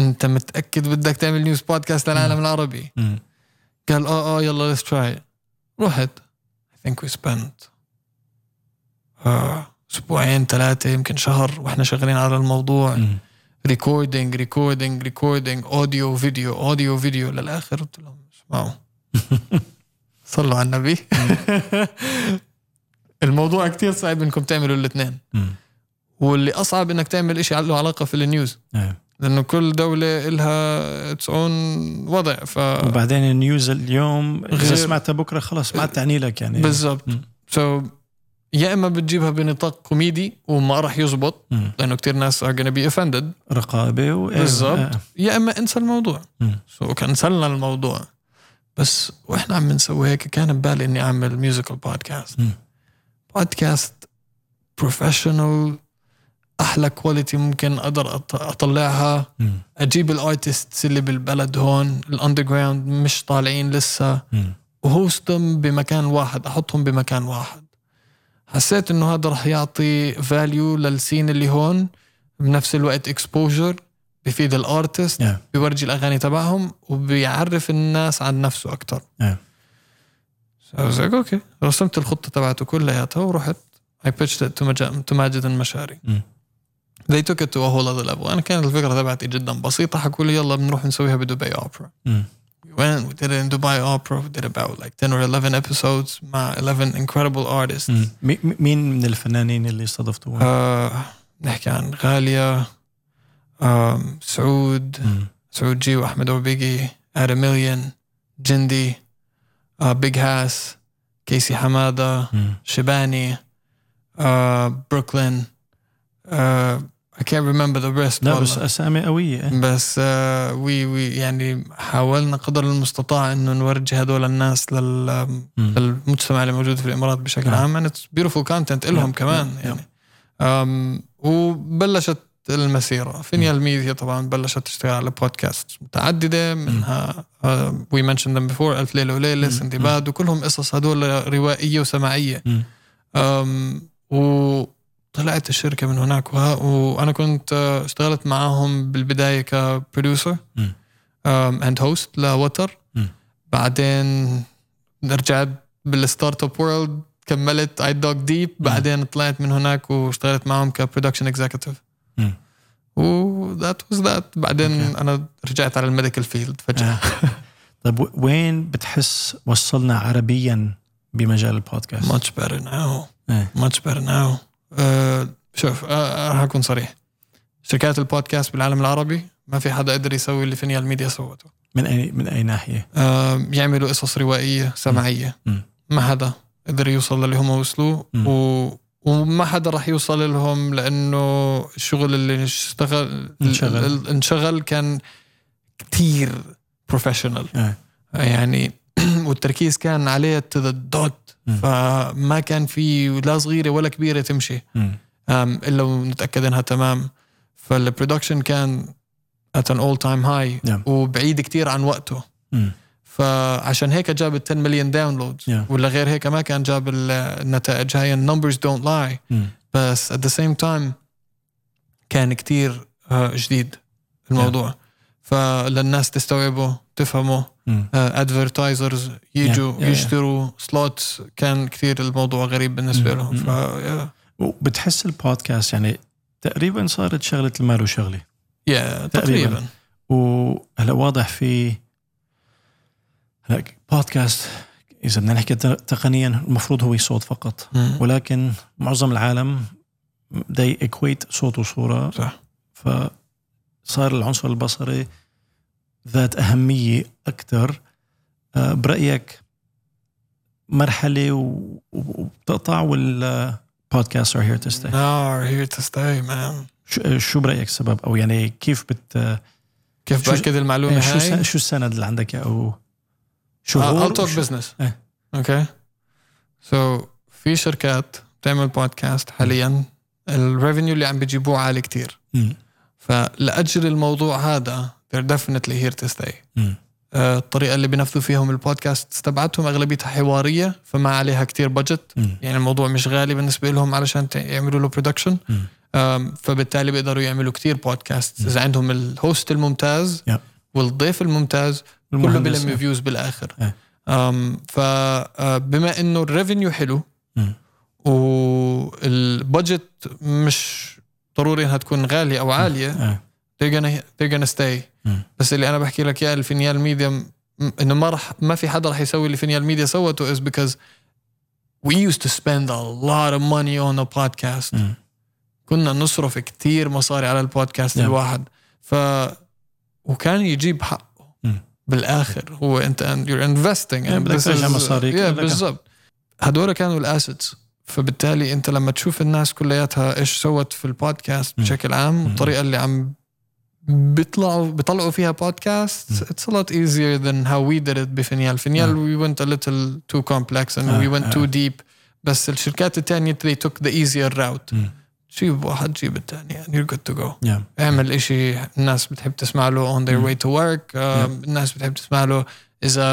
Speaker 2: انت متاكد بدك تعمل نيوز بودكاست للعالم العربي؟
Speaker 1: مم.
Speaker 2: قال اه اه يلا let's try it رحت I think we spent آه، اسبوعين ثلاثة يمكن شهر واحنا شغالين على الموضوع
Speaker 1: مم.
Speaker 2: ريكوردينج ريكوردينج ريكوردينج اوديو فيديو اوديو فيديو للاخر قلت لهم اسمعوا صلوا على النبي الموضوع كتير صعب انكم تعملوا الاثنين
Speaker 1: مم.
Speaker 2: واللي اصعب انك تعمل إشي له علاقة في النيوز
Speaker 1: إيه.
Speaker 2: لانه كل دولة لها تسعون وضع ف
Speaker 1: وبعدين النيوز اليوم اذا
Speaker 2: آه. غير-
Speaker 1: سمعتها بكره خلاص ما تعني لك يعني
Speaker 2: بالضبط
Speaker 1: مم.
Speaker 2: سو يا اما بتجيبها بنطاق كوميدي وما راح يزبط
Speaker 1: مم.
Speaker 2: لانه كتير ناس are gonna be offended
Speaker 1: رقابه و... إيه. آه.
Speaker 2: بالضبط يا اما انسى الموضوع
Speaker 1: مم.
Speaker 2: سو كنسلنا الموضوع بس واحنا عم نسوي هيك كان ببالي اني اعمل ميوزيكال بودكاست
Speaker 1: مم.
Speaker 2: بودكاست بروفيشنال احلى كواليتي ممكن اقدر أط- اطلعها
Speaker 1: مم.
Speaker 2: اجيب الارتستس اللي بالبلد هون الاندر جراوند مش طالعين لسه
Speaker 1: مم.
Speaker 2: وهوستهم بمكان واحد احطهم بمكان واحد حسيت انه هذا رح يعطي فاليو للسين اللي هون بنفس الوقت اكسبوجر بفيد الارتست
Speaker 1: Yeah.
Speaker 2: بيورجي الاغاني تبعهم وبيعرف الناس عن نفسه اكثر
Speaker 1: Yeah.
Speaker 2: اوكي رسمت الخطه تبعته كلياتها ورحت I pitched it to, مجا... to ماجد المشاري
Speaker 1: مم.
Speaker 2: they took it to a whole other level انا كانت الفكره تبعتي جدا بسيطه حكوا لي يلا بنروح نسويها بدبي اوبرا
Speaker 1: مم.
Speaker 2: we went, we did it in Dubai Opera. We did about like 10 or 11 episodes. مع 11 incredible artists. Uh,
Speaker 1: مم. مي- مي- مين من الفنانين اللي صادفتوهم؟
Speaker 2: آه، نحكي عن غالية آم، سعود
Speaker 1: مم.
Speaker 2: سعود جي وأحمد أوربيجي أدميليان جندي آه، بيج هاس كيسي حمادة
Speaker 1: مم.
Speaker 2: شباني آه، بروكلين آه، uh, I can't remember the rest uh,
Speaker 1: لا
Speaker 2: والله.
Speaker 1: بس اسامي قويه إيه.
Speaker 2: بس آه، وي وي يعني حاولنا قدر المستطاع انه نورجي هدول الناس لل um,
Speaker 1: مم.
Speaker 2: للمجتمع اللي موجود في الامارات بشكل
Speaker 1: نعم.
Speaker 2: عام and it's beautiful content لهم
Speaker 1: نعم،
Speaker 2: كمان
Speaker 1: نعم،
Speaker 2: يعني أم وبلشت المسيره فينيا الميديا طبعا بلشت تشتغل على بودكاست متعدده منها آه، we mentioned them before الف ليله وليله
Speaker 1: مم.
Speaker 2: سندي باد وكلهم قصص هدول روائيه وسماعيه
Speaker 1: مم.
Speaker 2: أم، وطلعت الشركة من هناك وها وأنا كنت آه، اشتغلت معاهم بالبداية كبروديوسر
Speaker 1: مم.
Speaker 2: اند هوست لوتر
Speaker 1: مم.
Speaker 2: بعدين رجعت بالستارت اب وورلد كملت اي دوج ديب بعدين طلعت من هناك واشتغلت معاهم كبرودكشن اكزيكتيف
Speaker 1: مم.
Speaker 2: وذات واز ذات بعدين
Speaker 1: أوكي.
Speaker 2: انا رجعت على الميديكال فيلد فجاه
Speaker 1: آه. طيب و- وين بتحس وصلنا عربيا بمجال البودكاست؟
Speaker 2: much better now
Speaker 1: إيه.
Speaker 2: much better now أه شوف أه راح اكون صريح شركات البودكاست بالعالم العربي ما في حدا قدر يسوي اللي فينيال ميديا سوته
Speaker 1: من اي من اي ناحيه؟
Speaker 2: أه يعملوا قصص روائيه سمعيه
Speaker 1: مم.
Speaker 2: ما حدا قدر يوصل للي هم وصلوه
Speaker 1: مم.
Speaker 2: و وما حدا راح يوصل لهم لانه الشغل اللي اشتغل
Speaker 1: انشغل.
Speaker 2: ال- ال- انشغل كان كتير بروفيشنال
Speaker 1: إيه.
Speaker 2: يعني والتركيز كان عليه تو ذا دوت
Speaker 1: مم.
Speaker 2: فما كان في لا صغيره ولا كبيره تمشي
Speaker 1: مم.
Speaker 2: أم، الا ونتاكد انها تمام فالبرودكشن كان at an all time high
Speaker 1: نعم.
Speaker 2: وبعيد كتير عن وقته
Speaker 1: مم.
Speaker 2: فعشان هيك جاب ال 10 مليون داونلودز
Speaker 1: Yeah.
Speaker 2: ولا غير هيك ما كان جاب ال- النتائج هاي النمبرز دونت لاي
Speaker 1: مم.
Speaker 2: بس at the same time كان كتير آه، جديد الموضوع فللناس تستوعبه تفهمه
Speaker 1: مم.
Speaker 2: ادفرتايزرز يجوا
Speaker 1: Yeah, yeah, yeah.
Speaker 2: يشتروا سلوتس كان كثير الموضوع غريب
Speaker 1: Mm-hmm.
Speaker 2: بالنسبه لهم ف
Speaker 1: وبتحس البودكاست يعني تقريبا صارت شغله المال وشغله
Speaker 2: يا
Speaker 1: تقريباً.
Speaker 2: تقريبا
Speaker 1: وهلا واضح في هلا بودكاست اذا بدنا نحكي تق- تقنيا المفروض هو صوت فقط
Speaker 2: مم.
Speaker 1: ولكن معظم العالم they equate صوت وصوره
Speaker 2: صح
Speaker 1: فصار العنصر البصري ذات أهمية أكثر برأيك مرحلة و- و- وبتقطع ولا podcasts are here to stay
Speaker 2: نار هير تو ستاي مان
Speaker 1: شو- آه، شو برأيك السبب أو يعني كيف بت
Speaker 2: كيف
Speaker 1: شو- يعني
Speaker 2: باكد المعلومه
Speaker 1: شو س-
Speaker 2: هاي؟ آه،
Speaker 1: شو السند اللي عندك أو شو
Speaker 2: I'll I'll talk business
Speaker 1: إيه.
Speaker 2: اوكي سو في شركات بتعمل بودكاست حاليا الريفينيو اللي عم بيجيبوه عالي كتير فلاجل الموضوع هذا they're definitely here to stay آه، الطريقه اللي بينفذوا فيهم البودكاست تبعتهم اغلبيتها حواريه فما عليها كتير بجت يعني الموضوع مش غالي بالنسبه لهم علشان ت- يعملوا له برودكشن
Speaker 1: مم.
Speaker 2: فبالتالي بيقدروا يعملوا كتير بودكاست اذا عندهم الهوست الممتاز
Speaker 1: Yeah.
Speaker 2: والضيف الممتاز كله
Speaker 1: المهندس. آه.
Speaker 2: بيلم فيوز بالاخر
Speaker 1: إيه.
Speaker 2: فبما انه الريفينيو حلو
Speaker 1: مم.
Speaker 2: والبادجت مش ضروري انها تكون غاليه او عاليه
Speaker 1: آه،
Speaker 2: they're gonna they're gonna stay
Speaker 1: مم.
Speaker 2: بس اللي انا بحكي لك اياه الفينيال ميديا م- انه ما رح ما في حدا رح يسوي اللي فينيال ميديا سوته is because we used to spend a lot of money on a podcast
Speaker 1: مم.
Speaker 2: كنا نصرف كتير مصاري على البودكاست
Speaker 1: نعم.
Speaker 2: الواحد ف وكان يجيب حقه
Speaker 1: مم.
Speaker 2: بالاخر هو انت and you're investing
Speaker 1: يعني بدك
Speaker 2: This
Speaker 1: ترجع
Speaker 2: is-
Speaker 1: مصاريك
Speaker 2: yeah،
Speaker 1: لك.
Speaker 2: بالضبط هدول كانوا الاسيتس فبالتالي انت لما تشوف الناس كلياتها ايش سوت في البودكاست
Speaker 1: مم.
Speaker 2: بشكل عام
Speaker 1: مم.
Speaker 2: والطريقه اللي عم بيطلعوا بيطلعوا فيها
Speaker 1: مم.
Speaker 2: بودكاست اتس a lot easier than how we did it بفينيال فينيال we went a little too complex and
Speaker 1: آه،
Speaker 2: we went
Speaker 1: آه.
Speaker 2: too deep بس الشركات التانية they took the easier route
Speaker 1: مم.
Speaker 2: جيب واحد جيب الثاني and you're good to go
Speaker 1: Yeah.
Speaker 2: اعمل اشي الناس بتحب تسمع له on their
Speaker 1: مم.
Speaker 2: way to work آه، الناس بتحب تسمع له اذا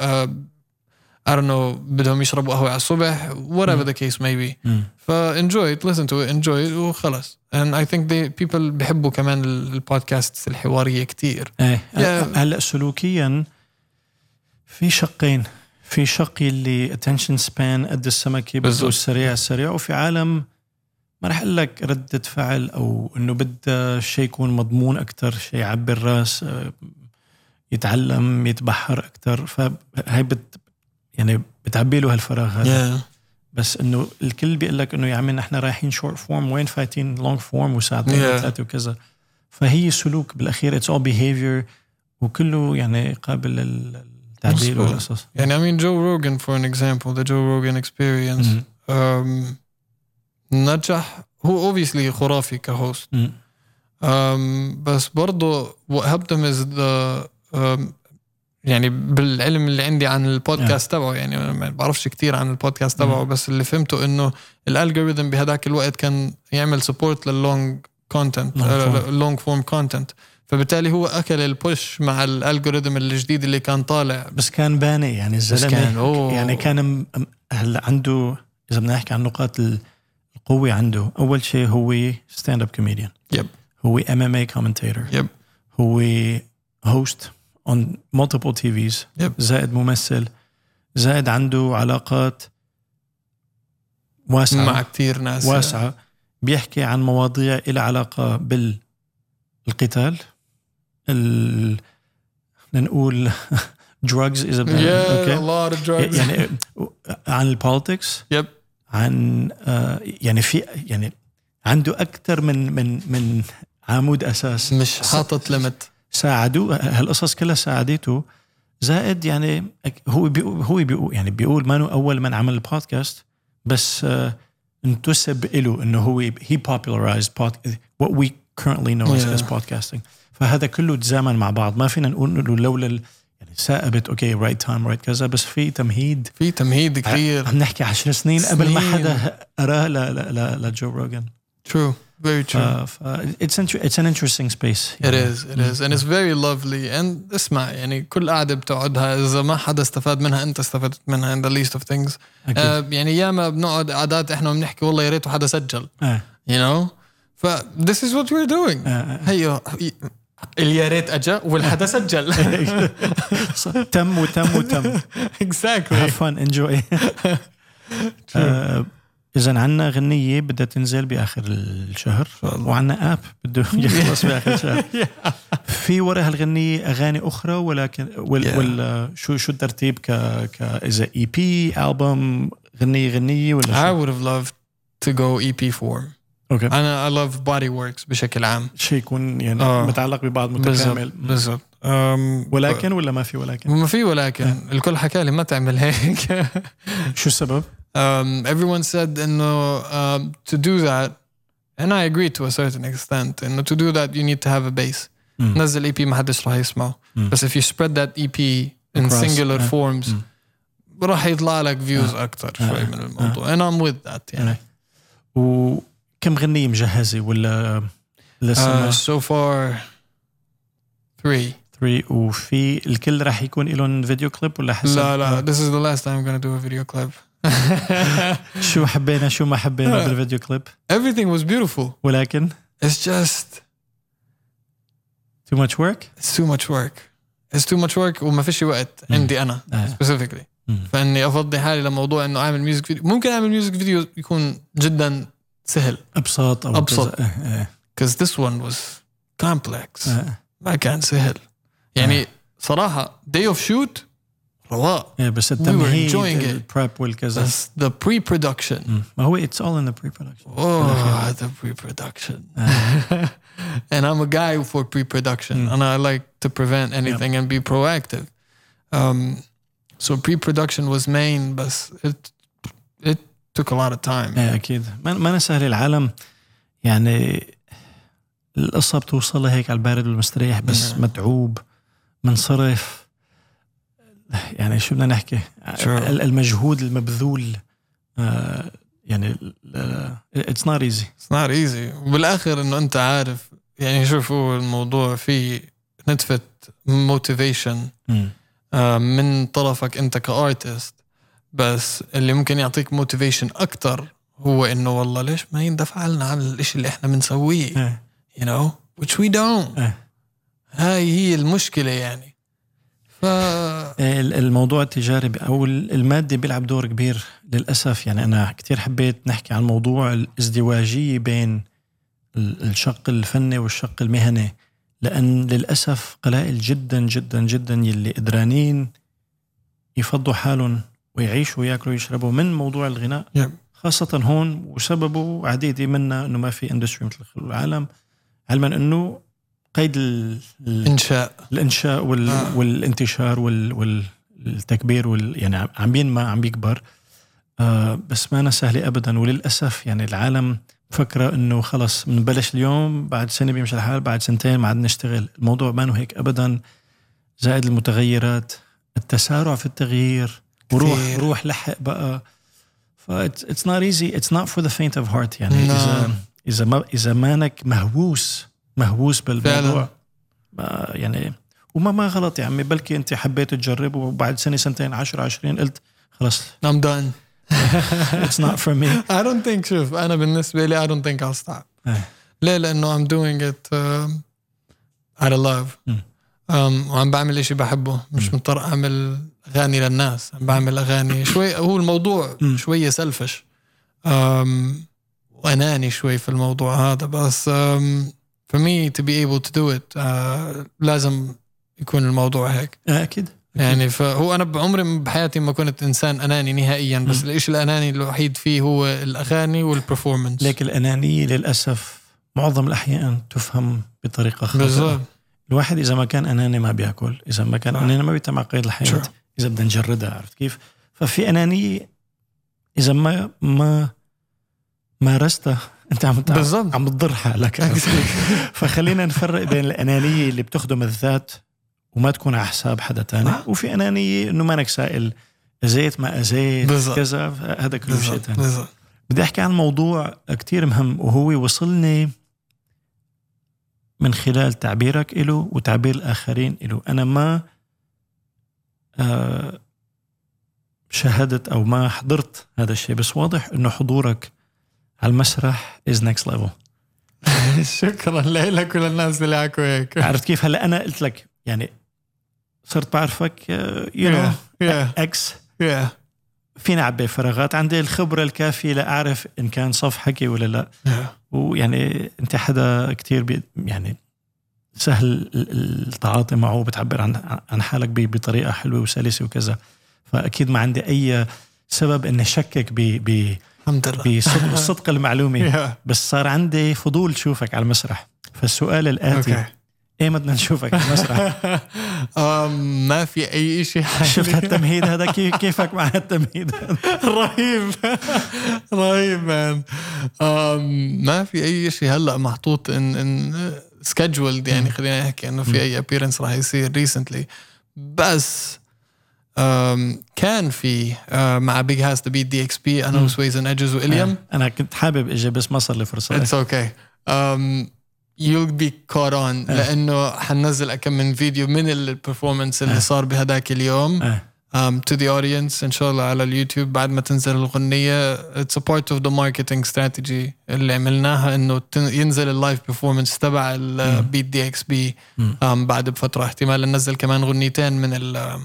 Speaker 2: آه، I don't know بدهم يشربوا قهوة على الصبح whatever the case may be
Speaker 1: مم.
Speaker 2: فانجوي ات لسن تو انجوي ات وخلص and I think they people بحبوا كمان البودكاست الحواريه كتير
Speaker 1: ايه
Speaker 2: Yeah.
Speaker 1: هلا سلوكيا في شقين في شق اللي اتنشن سبان قد السمكه بده
Speaker 2: بالضبط.
Speaker 1: السريع السريع وفي عالم ما رح اقول لك رده فعل او انه بدها شيء يكون مضمون اكثر شيء يعبي الراس آه، يتعلم يتبحر اكثر فهي بت يعني بتعبي له هالفراغ هذا
Speaker 2: yeah.
Speaker 1: بس انه الكل بيقول لك انه يا عمي نحن رايحين شورت فورم وين فايتين لونج فورم وساعتين
Speaker 2: Yeah.
Speaker 1: وثلاثه وكذا فهي سلوك بالاخير اتس اول بيهيفير وكله يعني قابل للتعديل
Speaker 2: مظبوط.
Speaker 1: والقصص
Speaker 2: يعني I mean Joe Rogan for an example the Joe Rogan experience
Speaker 1: مم.
Speaker 2: um, نجح هو obviously خرافي كهوست
Speaker 1: مم.
Speaker 2: um, بس برضه what helped him is the um, يعني بالعلم اللي عندي عن البودكاست تبعه يعني أنا ما بعرفش كتير عن البودكاست
Speaker 1: Mm-hmm.
Speaker 2: تبعه بس اللي فهمته انه الالجوريثم بهداك الوقت كان يعمل سبورت لللونج
Speaker 1: Long
Speaker 2: كونتنت
Speaker 1: form.
Speaker 2: لونج فورم كونتنت فبالتالي هو اكل البوش مع الالجوريثم الجديد اللي كان طالع
Speaker 1: بس كان باني يعني
Speaker 2: كان-
Speaker 1: الزلمه
Speaker 2: أوه.
Speaker 1: يعني كان م- م- هلا عنده اذا بدنا نحكي عن نقاط ال- القوه عنده اول شيء هو ستاند اب كوميديان
Speaker 2: Yep.
Speaker 1: هو ام ام اي كومنتيتور
Speaker 2: Yep.
Speaker 1: هو هوست اون مالتيبل تيفيز
Speaker 2: Yep.
Speaker 1: زائد ممثل زائد عنده علاقات واسعه
Speaker 2: مع كتير ناس
Speaker 1: واسعه بيحكي عن مواضيع إلها علاقه بالقتال ال لنقول drugs اذا بدنا
Speaker 2: Yeah, a
Speaker 1: اوكي
Speaker 2: lot of drugs.
Speaker 1: يعني عن البوليتكس
Speaker 2: Yep.
Speaker 1: عن آه، يعني في يعني عنده اكثر من من من عمود اساس
Speaker 2: مش حاطط ليمت
Speaker 1: ساعدوه هالقصص كلها ساعدته زائد يعني هو بيقول هو بيقول يعني بيقول مانو اول من عمل البودكاست بس آه، انتسب له انه هو هي popularized pod- what we currently know as, as
Speaker 2: Yeah.
Speaker 1: podcasting فهذا كله تزامن مع بعض ما فينا نقول انه لولا ال- يعني ثائبت اوكي رايت تايم رايت كذا بس في تمهيد
Speaker 2: في تمهيد كتير
Speaker 1: عم نحكي 10 سنين قبل ما
Speaker 2: سنين.
Speaker 1: حدا قراه ل- ل- ل- لجو روجن
Speaker 2: true very true
Speaker 1: اتس اتس ان انترستنج سبيس
Speaker 2: It is, it is, and it's very lovely. And اسمع يعني كل قعدة بتقعدها إذا ما حدا استفاد منها أنت استفدت منها in the least of things. آه،
Speaker 1: آه.
Speaker 2: Uh, يعني ياما بنقعد قعدات إحنا بنحكي والله يا ريت حدا سجل, you know. ف this is what we're doing هيو يا ريت اجا والحدا سجل
Speaker 1: تم وتم وتم
Speaker 2: اكزاكتلي
Speaker 1: هاف فن انجوي آه، اذا عندنا غنيه بدها تنزل باخر الشهر وعندنا اب بده يخلص باخر الشهر في ورا هالغنيه اغاني اخرى ولكن وال,
Speaker 2: Yeah.
Speaker 1: ولا شو شو الترتيب ك ك E اذا اي بي البوم غنيه غنيه
Speaker 2: I
Speaker 1: ولا شو؟
Speaker 2: would have loved to go EP form
Speaker 1: اوكي
Speaker 2: انا I love body works بشكل عام
Speaker 1: شيء يكون يعني
Speaker 2: آه.
Speaker 1: متعلق ببعض متكامل
Speaker 2: بالضبط بالضبط أم،
Speaker 1: ولكن ولا ما في ولكن
Speaker 2: ما في ولكن الكل حكى لي ما تعمل هيك
Speaker 1: شو السبب؟
Speaker 2: um, everyone said انه um, to do that and I agree to a certain extent انه to do that you need to have a base
Speaker 1: مم.
Speaker 2: نزل EP ما حدش راح يسمعه
Speaker 1: مم.
Speaker 2: بس if you spread that EP in
Speaker 1: Across.
Speaker 2: singular
Speaker 1: آه.
Speaker 2: forms
Speaker 1: مم.
Speaker 2: راح يطلع لك views اكثر
Speaker 1: آه.
Speaker 2: شوي من الموضوع and I'm with that يعني
Speaker 1: وكم غنيه مجهزه ولا لسه
Speaker 2: uh, so far three
Speaker 1: 3 وفي الكل راح يكون لهم فيديو كليب ولا حسب
Speaker 2: لا لا this is the last time I'm gonna do a video clip
Speaker 1: شو حبينا شو ما حبينا
Speaker 2: آه.
Speaker 1: بالفيديو كليب
Speaker 2: everything was beautiful
Speaker 1: ولكن
Speaker 2: it's just
Speaker 1: too much work
Speaker 2: it's too much work it's too much work وما فيش وقت عندي انا
Speaker 1: آه.
Speaker 2: سبيسيفيكلي
Speaker 1: مم.
Speaker 2: فاني افضي حالي لموضوع انه اعمل ميوزك فيديو ممكن اعمل ميوزك فيديو يكون جدا سهل
Speaker 1: ابسط او
Speaker 2: أبسط.
Speaker 1: كذا. آه،
Speaker 2: because this one was complex
Speaker 1: آه، آه.
Speaker 2: ما كان سهل يعني صراحه day of shoot رواق
Speaker 1: إيه، بس
Speaker 2: enjoying
Speaker 1: التمهيد
Speaker 2: it.
Speaker 1: البريب والكذا
Speaker 2: بس the pre-production
Speaker 1: مم. ما هو اتس اول ان ذا بري برودكشن
Speaker 2: Oh, the pre-production. and I'm a guy for pre-production, and I like to prevent anything and be proactive. Um, so pre-production was main, but it it took a lot of time.
Speaker 1: ايه اكيد ما ما نسهل العالم يعني القصه بتوصل هيك على البارد والمستريح بس
Speaker 2: نعم.
Speaker 1: متعوب منصرف يعني شو بدنا نحكي
Speaker 2: Sure.
Speaker 1: ال- المجهود المبذول آه، يعني اتس نوت ايزي
Speaker 2: It's not easy. وبالآخر إنه أنت عارف يعني شوفوا الموضوع فيه نتفة motivation آه، من طرفك انت كارتست بس اللي ممكن يعطيك موتيفيشن اكثر هو انه والله ليش ما يندفع لنا على الاشي اللي احنا بنسويه you know which we don't
Speaker 1: إيه.
Speaker 2: هاي هي المشكله يعني ف
Speaker 1: ال- الموضوع التجاري ب- او ال- المادي بيلعب دور كبير للاسف يعني انا كثير حبيت نحكي عن موضوع الازدواجيه بين ال- الشق الفني والشق المهني لان للاسف قلائل جدا جدا جدا يلي قدرانين يفضوا حالهم ويعيشوا وياكلوا ويشربوا من موضوع الغناء
Speaker 2: Yeah.
Speaker 1: خاصة هون وسببه عديد منا انه ما في اندستري مثل خلق العالم علما انه قيد ال- ال-
Speaker 2: انشاء
Speaker 1: الانشاء وال... آه.
Speaker 2: آه.
Speaker 1: والانتشار وال... والتكبير وال... يعني عم- عم بينما عم بيكبر آه بس ما أنا سهلة ابدا وللاسف يعني العالم فكرة انه خلص بنبلش اليوم بعد سنة بيمشي الحال بعد سنتين ما عاد نشتغل الموضوع ما إنه هيك ابدا زائد المتغيرات التسارع في التغيير وروح
Speaker 2: كثير.
Speaker 1: روح لحق بقى ف it's it's not easy it's not for the faint of heart يعني
Speaker 2: نعم.
Speaker 1: اذا اذا ما اذا مانك مهووس مهووس بالموضوع
Speaker 2: فعلا.
Speaker 1: ما يعني وما ما غلط يا عمي بلكي انت حبيت تجرب وبعد سنه سنتين 10 20 قلت خلص
Speaker 2: I'm done
Speaker 1: اتس نوت فور مي
Speaker 2: I don't think شوف انا بالنسبه لي I don't think I'll stop
Speaker 1: إيه.
Speaker 2: ليه لانه I'm doing it um, out of love
Speaker 1: مم.
Speaker 2: um, وعم بعمل اشي بحبه مش مضطر اعمل اغاني للناس عم بعمل اغاني شوي هو الموضوع
Speaker 1: مم.
Speaker 2: شويه سلفش واناني شوي في الموضوع هذا بس um, for me to be able to do it uh, لازم يكون الموضوع هيك
Speaker 1: اكيد
Speaker 2: يعني فهو انا بعمري بحياتي ما كنت انسان اناني نهائيا بس الاشي الاناني الوحيد فيه هو الاغاني والبرفورمانس
Speaker 1: ليك الانانيه للاسف معظم الاحيان تفهم بطريقه خاطئه
Speaker 2: بالظبط
Speaker 1: الواحد اذا ما كان اناني ما بياكل اذا ما كان
Speaker 2: صح.
Speaker 1: اناني ما بيتم على قيد الحياه
Speaker 2: Sure.
Speaker 1: اذا بدنا نجردها عرفت كيف ففي انانيه اذا ما ما مارستها انت عم
Speaker 2: بالظبط
Speaker 1: عم تضر حالك عرفت كيف؟ فخلينا نفرق بين الانانيه اللي بتخدم الذات وما تكون على حساب حدا تاني وفي انانيه انه مانك سائل اذيت ما اذيت
Speaker 2: بالظبط.
Speaker 1: كذا هذا كله شيء
Speaker 2: بالظبط
Speaker 1: تاني
Speaker 2: بالظبط
Speaker 1: بدي احكي عن موضوع كتير مهم وهو وصلني من خلال تعبيرك له وتعبير الاخرين له انا ما آه، شاهدت او ما حضرت هذا الشيء بس واضح انه حضورك على المسرح از نكست ليفل
Speaker 2: شكرا لك وللناس اللي حكوا هيك
Speaker 1: عرفت كيف هلا انا قلت لك يعني صرت بعرفك آه، يو نو
Speaker 2: يا
Speaker 1: اكس
Speaker 2: يا
Speaker 1: فينا اعبي فراغات عندي الخبره الكافيه لاعرف ان كان صف حكي ولا لا ويعني انت حدا كتير بي يعني سهل ال- التعاطي معه وبتعبر عن عن حالك ب- بطريقه حلوه وسلسه وكذا فاكيد ما عندي اي سبب اني شكك ب- ب-
Speaker 2: الحمد لله
Speaker 1: بصدق صدق المعلومه
Speaker 2: يا
Speaker 1: بس صار عندي فضول شوفك على المسرح فالسؤال الاتي
Speaker 2: اوكي
Speaker 1: ايمتى بدنا نشوفك على المسرح
Speaker 2: آم، Um، ما في اي شيء
Speaker 1: شفت هالتمهيد هذا كيف كيفك مع هالتمهيد هذا
Speaker 2: رهيب رهيب Um, مان آم، ما في اي شيء هلا محطوط ان ان سكجولد يعني خلينا نحكي انه في اي ابيرنس راح يصير ريسنتلي بس آم، كان في آه، مع بيج هاس ذا بيت دي اكس بي انا وسويزن اجز واليم
Speaker 1: انا كنت حابب اجي بس ما صار لي فرصه
Speaker 2: اتس اوكي Um, يو بي كوت اون لانه حننزل كم من فيديو من البرفورمانس اللي صار بهداك اليوم
Speaker 1: آه.
Speaker 2: um, to the audience ان شاء الله على اليوتيوب بعد ما تنزل الاغنيه it's a part of the marketing strategy اللي عملناها انه تن- ينزل اللايف performance تبع البيت دي اكس بي um, بعد بفتره احتمال ننزل كمان اغنيتين من ال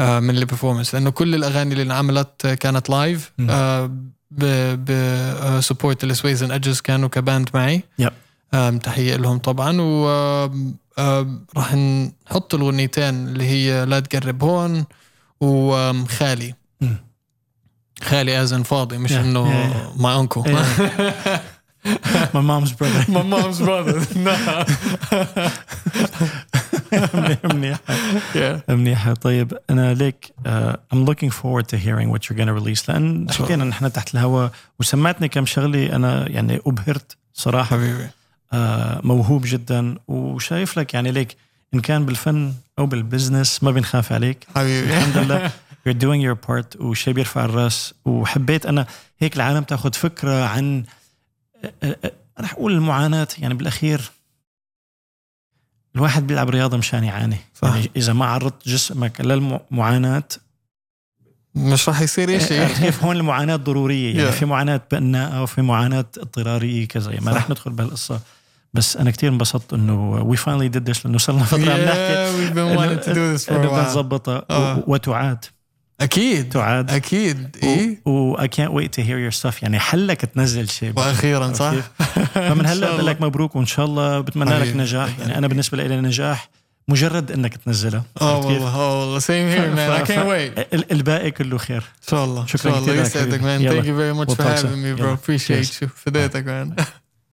Speaker 2: آه، من البرفورمانس لانه كل الاغاني اللي انعملت آه، كانت آه، لايف
Speaker 1: مم.
Speaker 2: بسبورت السويز اند اجز كانوا كباند معي
Speaker 1: يب.
Speaker 2: آم، تحيه لهم طبعا و آم، آم، راح نحط الاغنيتين اللي هي لا تقرب هون وخالي
Speaker 1: مم.
Speaker 2: خالي ازن فاضي مش
Speaker 1: Yeah,
Speaker 2: انه
Speaker 1: yeah,
Speaker 2: ماي انكو
Speaker 1: My mom's brother
Speaker 2: ماي مامز براذر
Speaker 1: منيحه منيحه طيب انا ليك آه، I'm looking forward to hearing what you're gonna release لان
Speaker 2: شاء
Speaker 1: حكينا نحن تحت الهواء وسمعتني كم شغله انا يعني ابهرت صراحه
Speaker 2: حبيبي
Speaker 1: آه، موهوب جدا وشايف لك يعني ليك ان كان بالفن او بالبزنس ما بنخاف عليك
Speaker 2: حبيبي
Speaker 1: الحمد لله you're doing your part وشيء بيرفع الراس وحبيت انا هيك العالم تاخذ فكره عن أ- أ- أ- رح اقول المعاناه يعني بالاخير الواحد بيلعب رياضه مشان يعاني
Speaker 2: صح.
Speaker 1: يعني اذا ما عرضت جسمك للمعاناه
Speaker 2: مش راح يصير
Speaker 1: عرفت
Speaker 2: شيء
Speaker 1: كيف هون المعاناه ضروريه يعني
Speaker 2: Yeah.
Speaker 1: في معاناه بناءه وفي معاناه اضطراريه كذا يعني ما
Speaker 2: صح.
Speaker 1: رح ندخل بهالقصه بس انا كتير انبسطت انه وي فاينلي ديد ذس لانه صرنا فتره عم نحكي
Speaker 2: Yeah, we've been wanting to do this for a
Speaker 1: انه بدنا
Speaker 2: while.
Speaker 1: نظبطها
Speaker 2: آه.
Speaker 1: و- وتعاد
Speaker 2: اكيد
Speaker 1: تعاد
Speaker 2: اكيد ايه
Speaker 1: و I can't wait to hear your stuff يعني حلك تنزل شيء
Speaker 2: واخيرا صح
Speaker 1: كيف؟ فمن
Speaker 2: إن شاء
Speaker 1: هلا بقول
Speaker 2: الله.
Speaker 1: لك مبروك وان شاء الله بتمنى لك
Speaker 2: حبيبي.
Speaker 1: نجاح يعني انا بالنسبه لي نجاح مجرد انك تنزلها
Speaker 2: اه
Speaker 1: عرفت كيف؟
Speaker 2: والله اه والله same here man I
Speaker 1: ف-
Speaker 2: can't
Speaker 1: ف-
Speaker 2: wait
Speaker 1: ال- الباقي كله خير
Speaker 2: ان شاء الله ان
Speaker 1: شكراً
Speaker 2: شاء الله
Speaker 1: كتير لك
Speaker 2: يسعدك
Speaker 1: حبيبي.
Speaker 2: man
Speaker 1: يلا.
Speaker 2: thank you very much for
Speaker 1: وطلع سوا.
Speaker 2: having me
Speaker 1: يلا.
Speaker 2: bro appreciate
Speaker 1: Cheers.
Speaker 2: you فديتك man